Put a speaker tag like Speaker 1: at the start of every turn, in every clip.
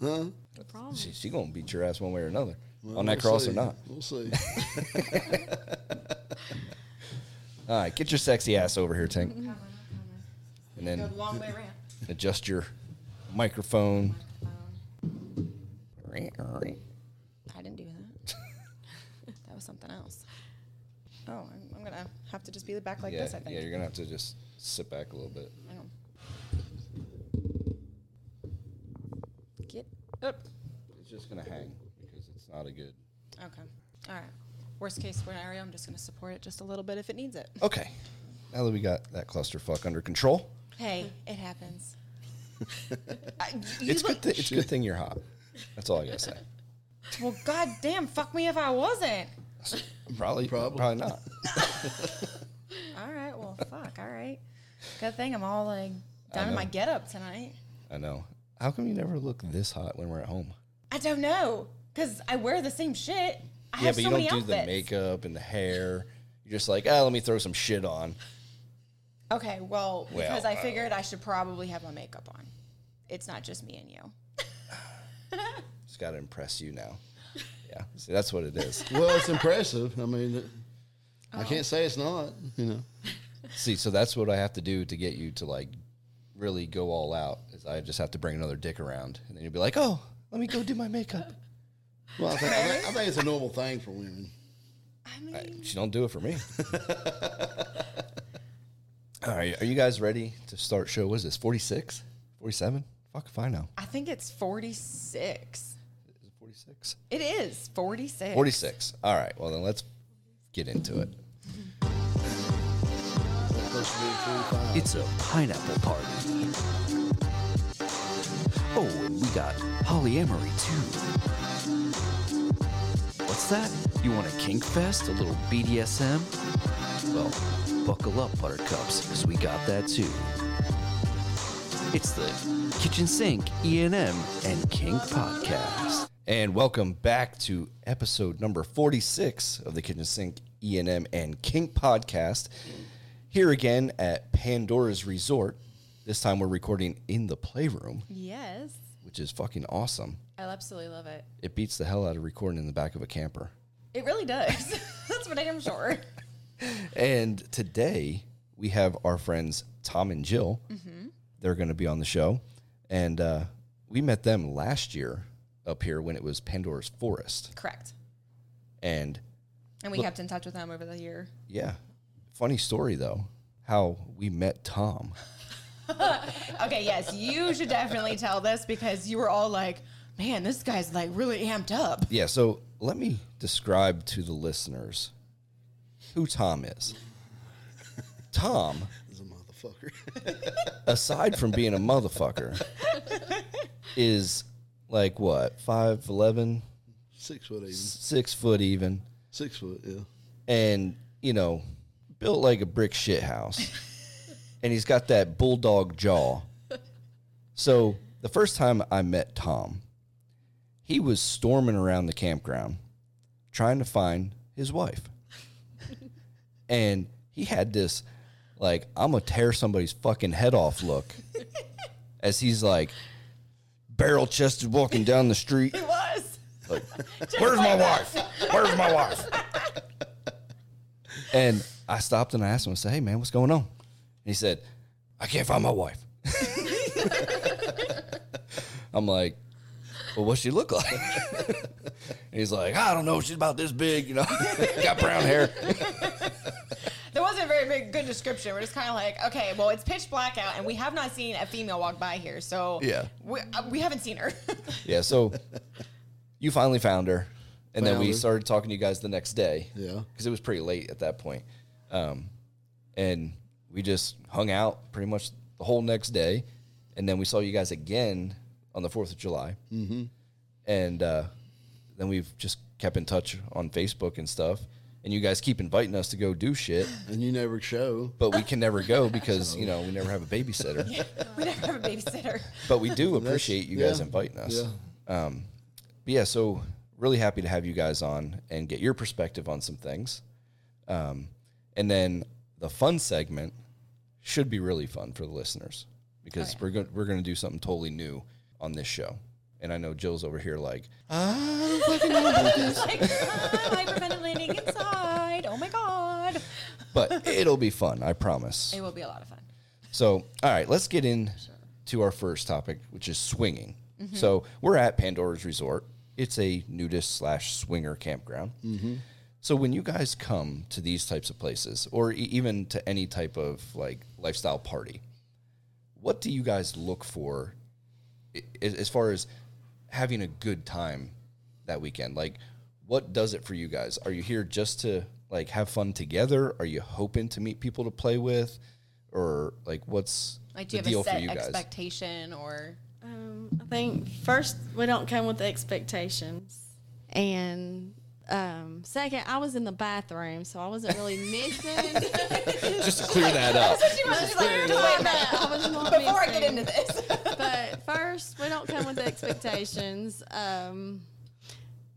Speaker 1: Huh? Oh.
Speaker 2: Probably.
Speaker 3: She, she gonna beat your ass one way or another on that
Speaker 1: We'll
Speaker 3: cross
Speaker 1: see.
Speaker 3: or not.
Speaker 1: We'll see.
Speaker 3: All right, get your sexy ass over here, Tank, and
Speaker 2: Go
Speaker 3: then
Speaker 2: the long way around.
Speaker 3: adjust your microphone.
Speaker 2: I didn't do that. that was something else. Oh, I'm, I'm gonna have to just be the back like
Speaker 3: yeah,
Speaker 2: this. I think.
Speaker 3: yeah, you're gonna have to just sit back a little bit.
Speaker 2: Hang on. Get up.
Speaker 3: It's just gonna hang because it's not a good.
Speaker 2: Okay. All right. Worst case scenario, I'm just gonna support it just a little bit if it needs it.
Speaker 3: Okay, now that we got that clusterfuck under control,
Speaker 2: Hey, it happens. I, you
Speaker 3: it's good.
Speaker 2: look-
Speaker 3: Th- it's a good thing you're hot. That's all I gotta say.
Speaker 2: well, goddamn, fuck me if I wasn't.
Speaker 3: Probably,
Speaker 1: Probably.
Speaker 3: probably not.
Speaker 2: All right. Well, fuck. All right. Good thing I'm all like down in my getup tonight.
Speaker 3: I know. How come you never look this hot when we're at home?
Speaker 2: I don't know, cause I wear the same shit. I
Speaker 3: yeah, but
Speaker 2: have so
Speaker 3: you don't
Speaker 2: many
Speaker 3: do
Speaker 2: outfits.
Speaker 3: the makeup and the hair. You're just like, ah, let me throw some shit on.
Speaker 2: Okay, well, because
Speaker 3: Well,
Speaker 2: I
Speaker 3: uh,
Speaker 2: figured I should probably have my makeup on. It's not just me and you.
Speaker 3: Just gotta impress you now. Yeah, see, that's what it is.
Speaker 1: well, it's impressive. I mean, it- I can't say it's not. You know,
Speaker 3: see, so that's what I have to do to get you to like really go all out. Is I just have to bring another dick around, and then you'll be like, oh, let me go do my makeup.
Speaker 1: well, I think, I think, I think it's a normal thing for women.
Speaker 2: I mean,
Speaker 3: She don't do it for me. all right, are you guys ready to start show? What is this? 46? 47? Fuck if I know.
Speaker 2: I think it's 46.
Speaker 3: Is it 46?
Speaker 2: It is 46.
Speaker 3: 46. All right. Well, then let's get into it.
Speaker 1: They're supposed to be 45.
Speaker 4: It's a pineapple party. Oh, and we got polyamory too. What's that? You want a kink fest? A little BDSM? Well, buckle up, buttercups, because we got that too. It's the Kitchen Sink, E&M, and Kink Podcast.
Speaker 3: And welcome back to episode number 46 of the Kitchen Sink E&M and Kink podcast. Here again at Pandora's Resort. This time we're recording in the playroom,
Speaker 2: Yes.
Speaker 3: which is fucking awesome.
Speaker 2: I absolutely love it.
Speaker 3: It beats the hell out of recording in the back of a camper.
Speaker 2: It really does. That's for damn sure.
Speaker 3: And today we have our friends Tom and Jill. They're going to be on the show. And uh, we met them last year up here when it was Pandora's Forest.
Speaker 2: Correct.
Speaker 3: And
Speaker 2: And we kept in touch with them over the year.
Speaker 3: yeah, funny story though, how we met Tom.
Speaker 2: Okay, yes, you should definitely tell this because you were all like, man, this guy's like really amped up.
Speaker 3: Yeah, so let me describe to the listeners who Tom is. Tom,
Speaker 1: It's a motherfucker.
Speaker 3: aside from being a motherfucker, is like what, 5'11,
Speaker 1: Six foot even.
Speaker 3: six foot even.
Speaker 1: Six foot. Yeah.
Speaker 3: and you know, built like a brick shit house. and he's got that bulldog jaw. So the first time I met Tom, he was storming around the campground trying to find his wife. and he had this like I'm gonna tear somebody's fucking head off look as he's like barrel chested walking down the street.
Speaker 2: It was.
Speaker 3: Where's my wife? Where's my wife? and I stopped and I asked him, I said, Hey man, what's going on? And he said, I can't find my wife. I'm like, Well, what's she look like? and he's like, I don't know, she's about this big, you know. Got brown hair.
Speaker 2: There wasn't a very big, good description. We're just kind of like, okay, well, it's pitch black out, and we have not seen a female walk by here, so
Speaker 3: Yeah.
Speaker 2: we, uh, we haven't seen her.
Speaker 3: Yeah, so you finally found her. And then
Speaker 1: Found
Speaker 3: we
Speaker 1: her.
Speaker 3: started talking to you guys the next day.
Speaker 1: Yeah.
Speaker 3: Because it was pretty late at that point. Um, and we just hung out pretty much the whole next day. And then we saw you guys again on the 4th of July. Mm-hmm. And uh, then we've just kept in touch on Facebook and stuff. And you guys keep inviting us to go do shit,
Speaker 1: And you never show.
Speaker 3: but we can never go because, you know, we never have a babysitter.
Speaker 2: we never have a babysitter.
Speaker 3: But we do appreciate you guys
Speaker 1: yeah,
Speaker 3: inviting us.
Speaker 1: yeah.
Speaker 3: Um, but yeah, so really happy to have you guys on and get your perspective on some things. Um, and then the fun segment should be really fun for the listeners because
Speaker 2: yeah.
Speaker 3: we're going we're going to do something totally new on this show. And I know Jill's over here like,
Speaker 2: like, I'm hyperventilating inside. Oh my god.
Speaker 3: but it'll be fun, I promise.
Speaker 2: It will be a lot of fun.
Speaker 3: So, all right, let's get in to our first topic, which is swinging. So, we're at Pandora's Resort. It's a nudist slash swinger campground.
Speaker 1: Mm-hmm.
Speaker 3: So, when you guys come to these types of places, or e- even to any type of like lifestyle party, what do you guys look for i- as as far as having a good time that weekend? Like, what does it for you guys? Are you here just to like have fun together? Are you hoping to meet people to play with, or like what's
Speaker 2: Like,
Speaker 3: the
Speaker 2: do you
Speaker 3: deal
Speaker 2: have a set
Speaker 3: for you guys?
Speaker 2: expectation or?
Speaker 5: Um, I think first we don't come with expectations, and um, second, I was in the bathroom, so I wasn't really missing.
Speaker 3: just to clear that up.
Speaker 2: She was just like, just wait a minute.
Speaker 5: I was not
Speaker 2: Before I get
Speaker 5: missing.
Speaker 2: into this,
Speaker 5: But first, we don't come with expectations. Um,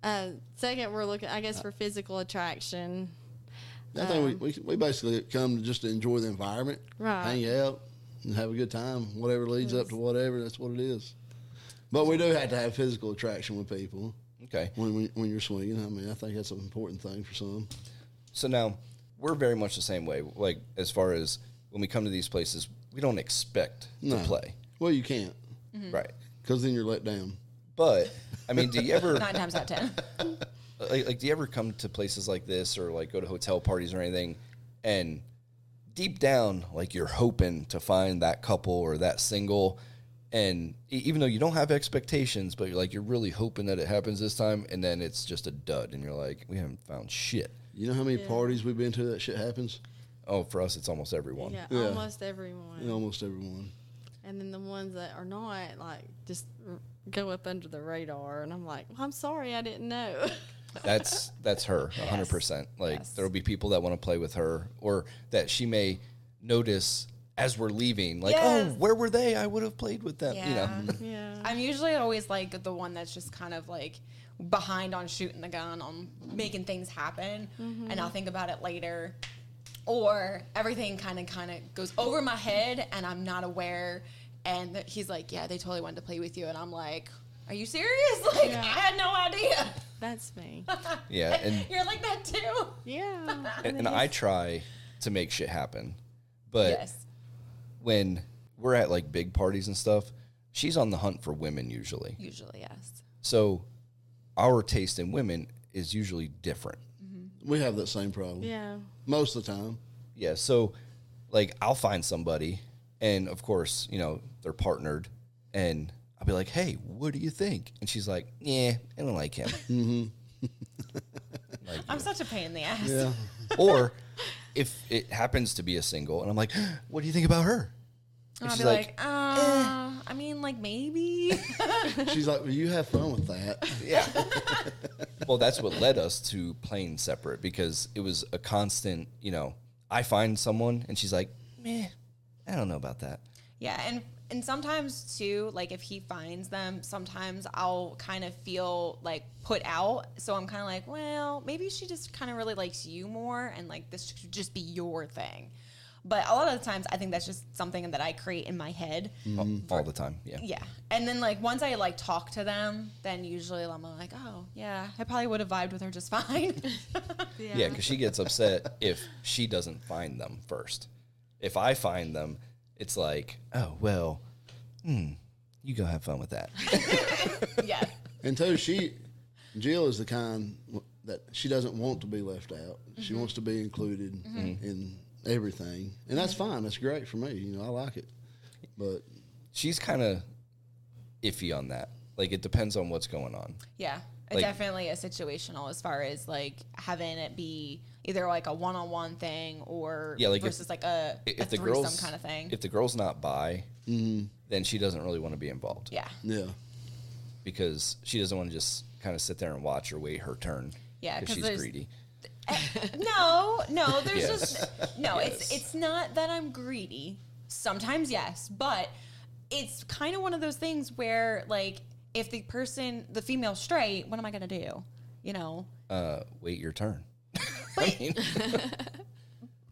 Speaker 5: uh, second, we're looking, I guess, for physical attraction.
Speaker 1: I think we, we, we basically come just to enjoy the environment,
Speaker 5: Right.
Speaker 1: hang out, and have a good time. Whatever leads up to whatever, that's what it is. But we do have to have physical attraction with people
Speaker 3: Okay.
Speaker 1: when, when, when you're swinging. I mean, I think that's an important thing for some.
Speaker 3: So now we're very much the same way. Like as far as when we come to these places, we don't expect to play,
Speaker 1: Well, you can't
Speaker 3: right?
Speaker 1: because then you're let down.
Speaker 3: But I mean, do you ever
Speaker 2: nine times out of ten.
Speaker 3: like, like do you ever come to places like this or like go to hotel parties or anything and deep down like you're hoping to find that couple or that single and e- even though you don't have expectations but you're like you're really hoping that it happens this time and then it's just a dud and you're like we haven't found shit
Speaker 1: You know how many parties we've been to that shit happens?
Speaker 3: oh for us it's almost everyone
Speaker 5: Yeah,
Speaker 1: Yeah.
Speaker 5: almost everyone.
Speaker 1: In almost everyone.
Speaker 5: And then the ones that are not, like, just r- go up under the radar. And I'm like, well, I'm sorry, I didn't know.
Speaker 3: that's that's her 100% like there'll be people that want to play with her or that she may notice as we're leaving like
Speaker 2: Yes.
Speaker 3: oh where were they i would have played with them you know
Speaker 2: Yeah.
Speaker 5: yeah.
Speaker 2: I'm usually always like the one that's just kind of like behind on shooting the gun on making things happen, and I'll think about it later, or everything kind of kind of goes over my head and I'm not aware. And th- he's like, "Yeah, they totally wanted to play with you," and I'm like, "Are you serious? Like,
Speaker 5: Yeah.
Speaker 2: I had no idea."
Speaker 5: That's me.
Speaker 3: yeah and
Speaker 2: You're like that too.
Speaker 5: Yeah.
Speaker 3: and, and I try to make shit happen, but
Speaker 2: Yes.
Speaker 3: when we're at like big parties and stuff, she's on the hunt for women usually.
Speaker 2: Usually, yes.
Speaker 3: So our taste in women is usually different.
Speaker 1: We have that same problem
Speaker 5: Yeah.
Speaker 1: most of the time.
Speaker 3: Yeah. So like I'll find somebody, and of course you know they're partnered, and I'll be like, hey, what do you think? And she's like, yeah, I don't like him.
Speaker 2: I'm such a pain in the ass.
Speaker 1: Yeah.
Speaker 3: or if it happens to be a single, and I'm like, what do you think about her?
Speaker 2: And I'll
Speaker 3: she's
Speaker 2: be
Speaker 3: like,
Speaker 2: like, uh, I mean, like maybe.
Speaker 1: She's like, well, you have fun with that.
Speaker 3: Yeah. well, that's what led us to playing separate because it was a constant, you know, I find someone and she's like, meh, I don't know about that.
Speaker 2: Yeah, and and sometimes too, like if he finds them, sometimes I'll kind of feel like put out. So I'm kind of like, well, maybe she just kind of really likes you more, and like this should just be your thing. But a lot of the times, I think that's just something that I create in my head.
Speaker 3: All- All the time. Yeah.
Speaker 2: Yeah, and then like once I like talk to them, then usually I'm like, oh yeah, I probably would have vibed with her just fine.
Speaker 5: Yeah.
Speaker 3: Yeah. Cause she gets upset if she doesn't find them first. If I find them, it's like, oh, well, hmm, you go have fun with that.
Speaker 2: yeah,
Speaker 1: And too, she, Jill is the kind w- that she doesn't want to be left out. She wants to be included in everything, and that's fine. That's great for me. You know, I like it. But
Speaker 3: She's kind of iffy on that. Like, it depends on what's going on.
Speaker 2: Yeah. It
Speaker 3: Like-
Speaker 2: definitely is situational as far as like having it be either like a one on one thing or
Speaker 3: Yeah, like if-
Speaker 2: versus like a,
Speaker 3: I-
Speaker 2: a
Speaker 3: If the
Speaker 2: threesome
Speaker 3: girl's
Speaker 2: kind of thing.
Speaker 3: if the girl's not by, then she doesn't really want to be involved.
Speaker 2: yeah.
Speaker 1: yeah,
Speaker 3: because she doesn't want to just kind of sit there and watch or wait her turn.
Speaker 2: Yeah, 'cause
Speaker 3: because she's
Speaker 2: there's-
Speaker 3: greedy.
Speaker 2: No, no, there's
Speaker 3: Yes.
Speaker 2: just no, it's
Speaker 3: Yes.
Speaker 2: it's not that I'm greedy. Sometimes yes, but it's kind of one of those things where like if the person the female's straight, what am I gonna do? You know?
Speaker 3: Uh, wait your turn.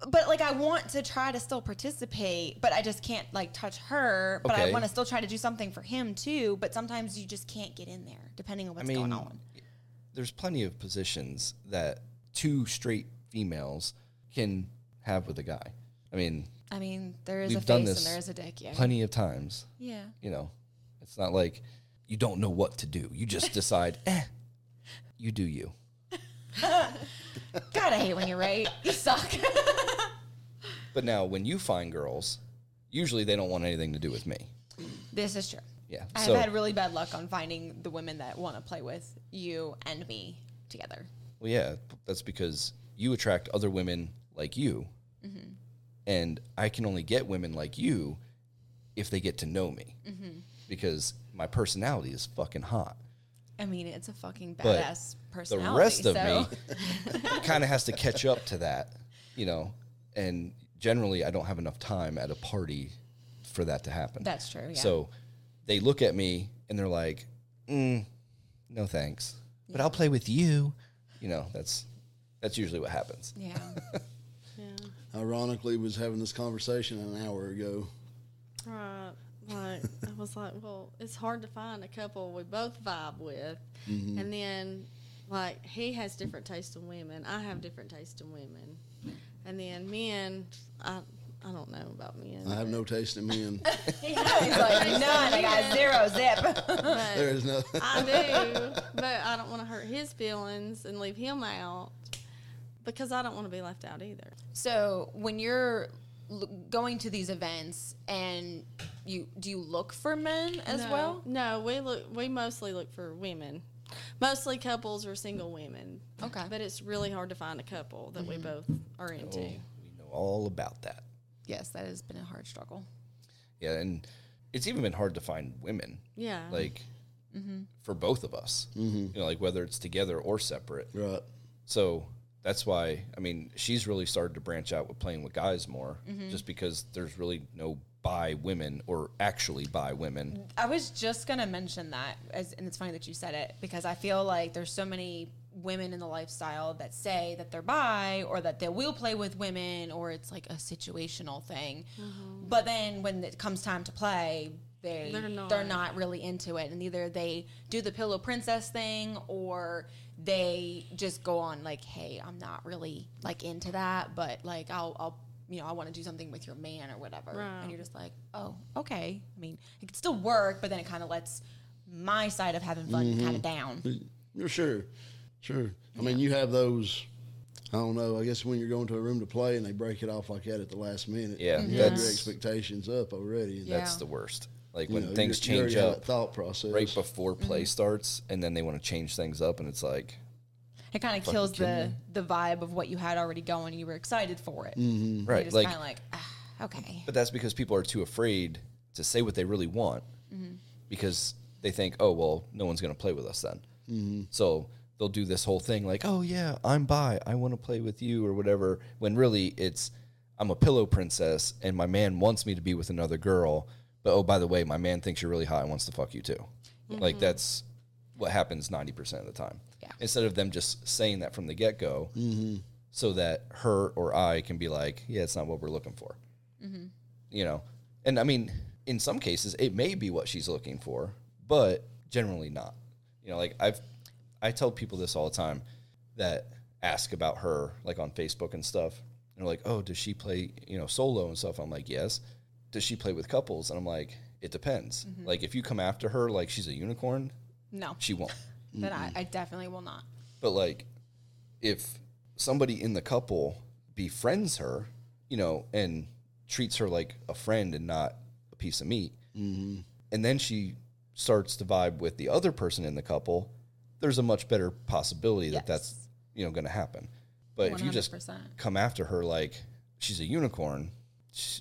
Speaker 2: but like I want to try to still participate, but I just can't like touch her. But
Speaker 3: Okay.
Speaker 2: I want to still try to do something for him too. But sometimes you just can't get in there, depending on what's going on.
Speaker 3: there's plenty of positions that two straight females can have with a guy. I mean,
Speaker 2: I mean, there is a
Speaker 3: We've done
Speaker 2: face
Speaker 3: this
Speaker 2: and there is a dick. Yeah,
Speaker 3: plenty of times.
Speaker 2: yeah.
Speaker 3: You know, it's not like you don't know what to do. You just decide, eh, you do you.
Speaker 2: God, I hate when you're right. You suck.
Speaker 3: But now, when you find girls, usually they don't want anything to do with me.
Speaker 2: this is true.
Speaker 3: Yeah.
Speaker 2: I
Speaker 3: so
Speaker 2: have had really bad luck on finding the women that want to play with you and me together.
Speaker 3: Well, yeah, that's because you attract other women like you,
Speaker 2: Mm-hmm.
Speaker 3: and I can only get women like you if they get to know me,
Speaker 2: Mm-hmm.
Speaker 3: because my personality is fucking hot.
Speaker 2: I mean, it's a fucking
Speaker 3: But
Speaker 2: badass
Speaker 3: The
Speaker 2: personality.
Speaker 3: rest of
Speaker 2: so.
Speaker 3: me kind of has to catch up to that, you know. And generally, I don't have enough time at a party for that to happen.
Speaker 2: That's true, yeah.
Speaker 3: So they look at me and they're like, mm, "No thanks," but I'll play with you. You know, that's that's usually what happens.
Speaker 2: yeah.
Speaker 1: Ironically, was having this conversation an hour ago.
Speaker 5: Right. Like I was like, well, it's hard to find a couple we both vibe with,
Speaker 1: Mm-hmm.
Speaker 5: and then like he has different taste in women. I have different taste in women, and then men, I I don't know about men.
Speaker 1: I have no taste in men.
Speaker 2: He's like, none. I got zero zip.
Speaker 5: but
Speaker 1: there is no.
Speaker 5: I do, but I don't want to hurt his feelings and leave him out because I don't want to be left out either.
Speaker 2: So when you're l- going to these events and you do you look for men as
Speaker 5: No,
Speaker 2: well?
Speaker 5: No, we look. We mostly look for women, mostly couples or single women.
Speaker 2: Okay. Mm-hmm.
Speaker 5: but it's really hard to find a couple that we both are into.
Speaker 3: Oh, we know all about that.
Speaker 2: Yes, that has been a hard struggle.
Speaker 3: Yeah, and it's even been hard to find women
Speaker 5: Yeah,
Speaker 3: like for both of us.
Speaker 1: Mm-hmm.
Speaker 3: You know, like whether it's together or separate.
Speaker 1: right.
Speaker 3: So that's why I mean she's really started to branch out with playing with guys more, just because there's really no by women or actually by women.
Speaker 2: I was just gonna mention that, as, and it's funny that you said it because I feel like there's so many women in the lifestyle that say that they're bi or that they will play with women or it's like a situational thing, but then when it comes time to play, they
Speaker 5: They're not.
Speaker 2: Mm-hmm. they're not really into it, and either they do the pillow princess thing or they just go on like, hey, I'm not really like into that, but like I'll I'll you know I want to do something with your man or whatever, and
Speaker 5: Right.
Speaker 2: you're just like, oh, okay. I mean, it could still work, but then it kind of lets my side of having fun kind of down.
Speaker 1: You're sure. Sure. I mean, you have those. I don't know. I guess when you're going to a room to play and they break it off like that at the last minute,
Speaker 3: Yeah,
Speaker 1: you have your
Speaker 3: that's-
Speaker 1: expectations up already. And
Speaker 2: Yeah.
Speaker 1: yeah.
Speaker 3: That's the worst. Like
Speaker 1: you
Speaker 3: when
Speaker 1: know,
Speaker 3: things
Speaker 1: you- you already
Speaker 3: change
Speaker 1: have that
Speaker 3: up
Speaker 1: thought process.
Speaker 3: right before play starts, and then they want to change things up, and it's like
Speaker 2: It kind of kills the the vibe of what you had already going. and You were excited for it.
Speaker 1: Mm-hmm.
Speaker 2: You're
Speaker 3: right,
Speaker 2: just
Speaker 3: like
Speaker 2: kind of like, ah, okay,
Speaker 3: But that's because people are too afraid to say what they really want because they think, oh, well, no one's going to play with us then. So they'll do this whole thing like, oh, yeah, I'm bi. I want to play with you or whatever. When really it's, I'm a pillow princess and my man wants me to be with another girl. But oh, by the way, my man thinks you're really hot and wants to fuck you too. Like that's what happens 90% of the time.
Speaker 2: Yeah.
Speaker 3: Instead of them just saying that from the get go so that her or I can be like, yeah, it's not what we're looking for you know and i mean in some cases it may be what she's looking for but generally not you know like i've i tell people this all the time that ask about her like on facebook and stuff and they're like oh does she play you know solo and stuff i'm like yes does she play with couples and i'm like it depends like if you come after her like she's a unicorn
Speaker 2: no,
Speaker 3: she won't
Speaker 2: then I, I definitely will not.
Speaker 3: but like, if somebody in the couple befriends her, you know, and treats her like a friend and not a piece of meat, and then she starts to vibe with the other person in the couple, there's a much better possibility that that's you know going to happen. But if you just
Speaker 2: 100%.
Speaker 3: come after her like she's a unicorn, sh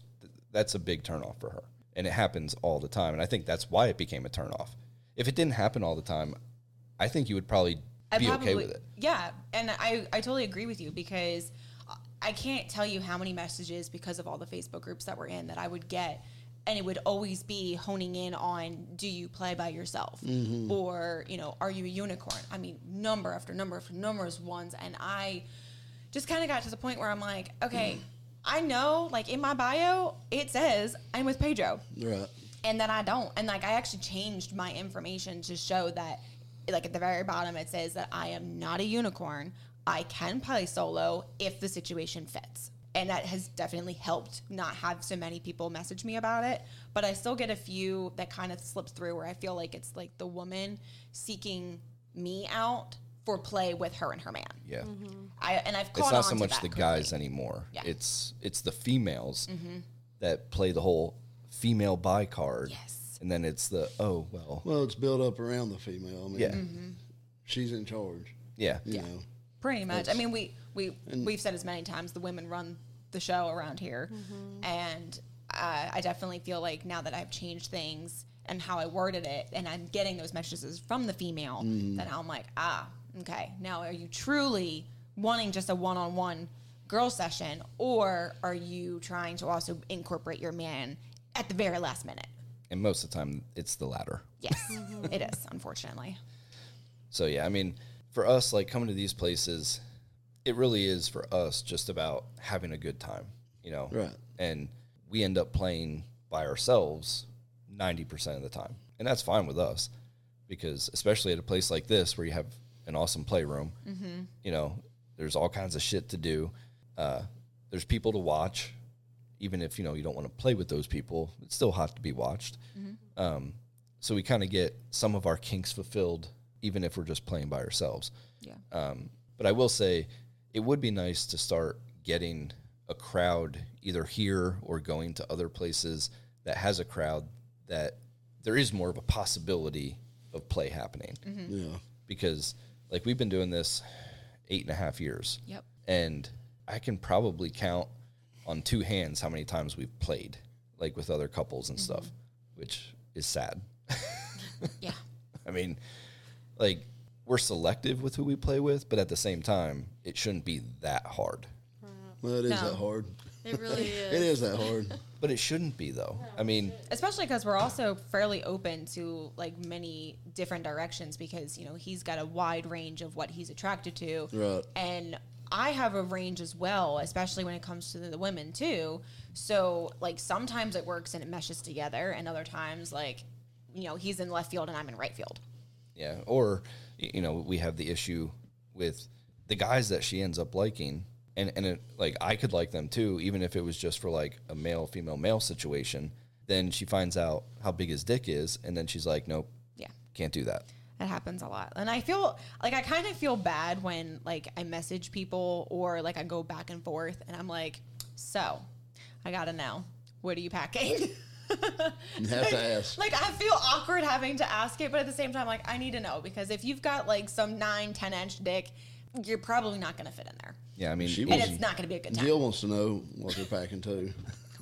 Speaker 3: that's a big turnoff for her, and it happens all the time. And I think that's why it became a turnoff. If it didn't happen all the time, I think you would probably
Speaker 2: I
Speaker 3: be okay with it.
Speaker 2: Yeah, and I I totally agree with you because I can't tell you how many messages because of all the Facebook groups that we're in that I would get. And it would always be honing in on do you play by yourself
Speaker 3: Mm-hmm.
Speaker 2: or you know are you a unicorn? I mean
Speaker 3: Mm.
Speaker 2: number after number after numbers ones, and I just kind of got to the point where I'm like, okay, I know, like in my bio, it says I'm with Pedro,
Speaker 1: Right.
Speaker 2: and then I don't. And like I actually changed my information to show that, like at the very bottom, it says that I am not a unicorn. I can play solo if the situation fits. And that has definitely helped not have so many people message me about it. But I still get a few that kind of slip through where I feel like it's like the woman seeking me out for play with her and her man.
Speaker 3: Yeah.
Speaker 2: I and I've caught
Speaker 3: It's
Speaker 2: Mm-hmm. on
Speaker 3: not so
Speaker 2: to
Speaker 3: much
Speaker 2: that
Speaker 3: the
Speaker 2: completely.
Speaker 3: guys anymore.
Speaker 2: Yeah. Mm-hmm.
Speaker 3: It's it's the females that play the whole female buy card.
Speaker 2: Yes.
Speaker 3: And then it's the oh well.
Speaker 1: Well, it's built up around the female. I mean,
Speaker 3: Yeah.
Speaker 1: she's in charge.
Speaker 3: Yeah.
Speaker 1: You
Speaker 2: Yeah.
Speaker 1: know.
Speaker 2: Pretty much. I mean, we we we've said as many times the women run the show around here, and uh, I definitely feel like now that I've changed things and how I worded it, and I'm getting those messages from the female, then I'm like, ah, okay. Now, are you truly wanting just a one-on-one girl session, or are you trying to also incorporate your man at the very last minute?
Speaker 3: And most of the time it's the latter.
Speaker 2: Yes, it is. Unfortunately,
Speaker 3: So yeah, I mean, for us, like coming to these places, it really is for us just about having a good time, you know.
Speaker 1: Right.
Speaker 3: And we end up playing by ourselves ninety percent of the time, and that's fine with us because especially at a place like this where you have an awesome playroom, you know, there's all kinds of shit to do. Uh, there's people to watch, even if you know you don't want to play with those people. It's still hot to be watched so we kind of get some of our kinks fulfilled even if we're just playing by ourselves
Speaker 2: Yeah.
Speaker 3: um, but i will say it would be nice to start getting a crowd either here or going to other places that has a crowd that there is more of a possibility of play happening
Speaker 2: Mm-hmm.
Speaker 1: Yeah.
Speaker 3: because like we've been doing this eight and a half years
Speaker 2: Yep.
Speaker 3: and i can probably count on two hands how many times we've played like with other couples
Speaker 2: Mm-hmm.
Speaker 3: and stuff which is sad
Speaker 2: yeah,
Speaker 3: I mean, like we're selective with who we play with, but at the same time, it shouldn't be that hard.
Speaker 1: Well, it is
Speaker 2: No.
Speaker 1: that hard.
Speaker 5: It really is.
Speaker 1: It is that hard.
Speaker 3: But it shouldn't be though. I mean,
Speaker 2: especially because we're also fairly open to like many different directions because you know he's got a wide range of what he's attracted to
Speaker 1: Right.
Speaker 2: and i have a range as well especially when it comes to the women too so like sometimes it works and it meshes together and other times like you know he's in left field and i'm in right field
Speaker 3: yeah. Or y- you know, we have the issue with the guys that she ends up liking, and and it, like I could like them too, even if it was just for like a male female male situation. Then she finds out how big his dick is, and then she's like, nope,
Speaker 2: yeah
Speaker 3: can't do that.
Speaker 2: It happens a lot. And I feel like I kind of feel bad when like I message people or like I go back and forth and I'm like, so I gotta know, what are you packing?
Speaker 1: You have to ask.
Speaker 2: like I feel awkward having to ask it, but at the same time, like I need to know because if you've got like some nine, 10 inch dick, you're probably not gonna fit in there.
Speaker 3: Yeah, I mean,
Speaker 1: She
Speaker 3: it-
Speaker 2: And
Speaker 1: was-
Speaker 2: it's not gonna be a good time.
Speaker 1: Jill wants to know what they're packing too.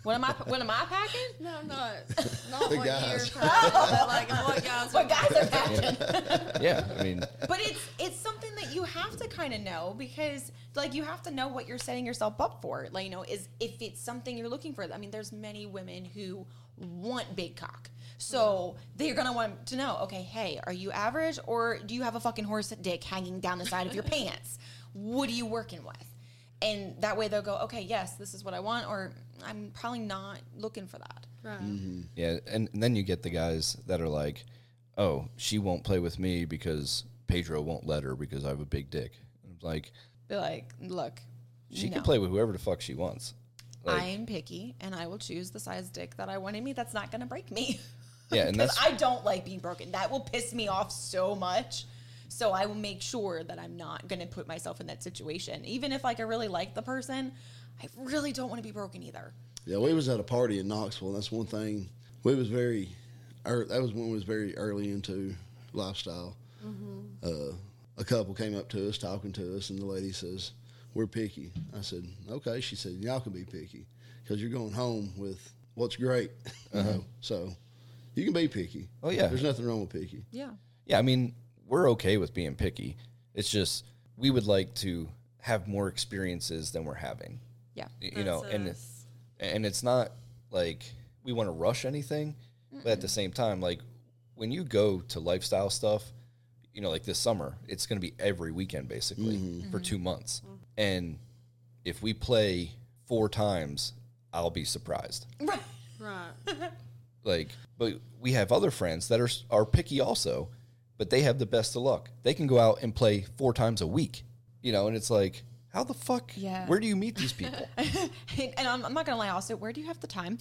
Speaker 2: What am I what am I packing?
Speaker 5: No, not not
Speaker 1: The
Speaker 5: what
Speaker 1: guys.
Speaker 5: you're talking about, like what guys.
Speaker 2: What guys are packing?
Speaker 3: yeah, I mean,
Speaker 2: but it's it's something that you have to kind of know because like you have to know what you're setting yourself up for like you know is if it's something you're looking for i mean there's many women who want big cock so they're gonna want to know okay hey are you average or do you have a fucking horse dick hanging down the side of your pants what are you working with and that way they'll go okay yes this is what i want or i'm probably not looking for that
Speaker 5: Right.
Speaker 3: Yeah, and, and then you get the guys that are like, "Oh, she won't play with me because Pedro won't let her because I have a big dick." And I'm like,
Speaker 2: be like look
Speaker 3: she
Speaker 2: no.
Speaker 3: can play with whoever the fuck she wants. Like,
Speaker 2: I am picky and I will choose the size dick that I want in me that's not going to break me.
Speaker 3: yeah, and
Speaker 2: Because
Speaker 3: that's
Speaker 2: I don't like being broken. That will piss me off so much. So I will make sure that I'm not going to put myself in that situation. Even if like I really like the person, I really don't want to be broken either.
Speaker 1: Yeah, we was at a party in Knoxville. And that's one thing we was very. Er, that was when we was very early into lifestyle. Uh, a couple came up to us talking to us, and the lady says, "We're picky." I said, "Okay." She said, "Y'all can be picky because you're going home with what's great." You know, so you can be picky.
Speaker 3: Uh-huh. Oh, yeah.
Speaker 1: there's nothing wrong with picky.
Speaker 2: Yeah.
Speaker 3: yeah. I mean, we're okay with being picky. It's just we would like to have more experiences than we're having.
Speaker 2: Yeah.
Speaker 3: y- you know, and it's, and it's not like we want to rush anything, but at the same time, like when you go to lifestyle stuff, you know, like this summer, it's going to be every weekend basically for two months, and if we play four times, I'll be surprised.
Speaker 2: Right.
Speaker 5: Right.
Speaker 3: Like, but we have other friends that are are picky also, but they have the best of luck. They can go out and play four times a week, you know, and it's like, how the fuck?
Speaker 2: Yeah.
Speaker 3: Where do you meet these people?
Speaker 2: and I'm, I'm not gonna lie. Also, where do you have the time?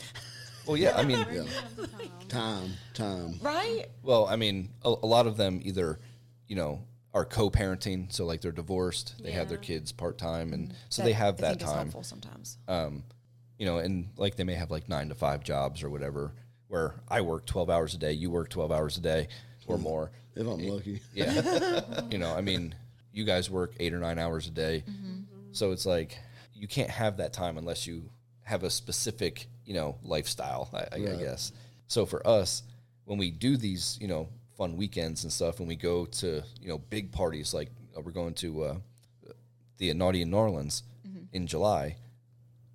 Speaker 3: well, yeah, I mean,
Speaker 5: Where do you have the time?
Speaker 1: Time, time.
Speaker 2: right.
Speaker 3: well, I mean, a, a lot of them either, you know, are co-parenting, so like they're divorced, they have their kids part time, and so they have
Speaker 2: Mm-hmm. I
Speaker 3: that
Speaker 2: think is
Speaker 3: time. Um,
Speaker 2: helpful sometimes.
Speaker 3: you know, and like they may have like nine to five jobs or whatever, where I work 12 hours a day, you work 12 hours a day
Speaker 2: Mm.
Speaker 3: or more.
Speaker 1: If I'm lucky,
Speaker 3: Yeah. you know, I mean, you guys work eight or nine hours a day. So it's like you can't have that time unless you have a specific, you know, lifestyle, I, I guess. So for us, when we do these, you know, fun weekends and stuff, and we go to, you know, big parties, like uh, we're going to uh, the Naughty in New Orleans in July.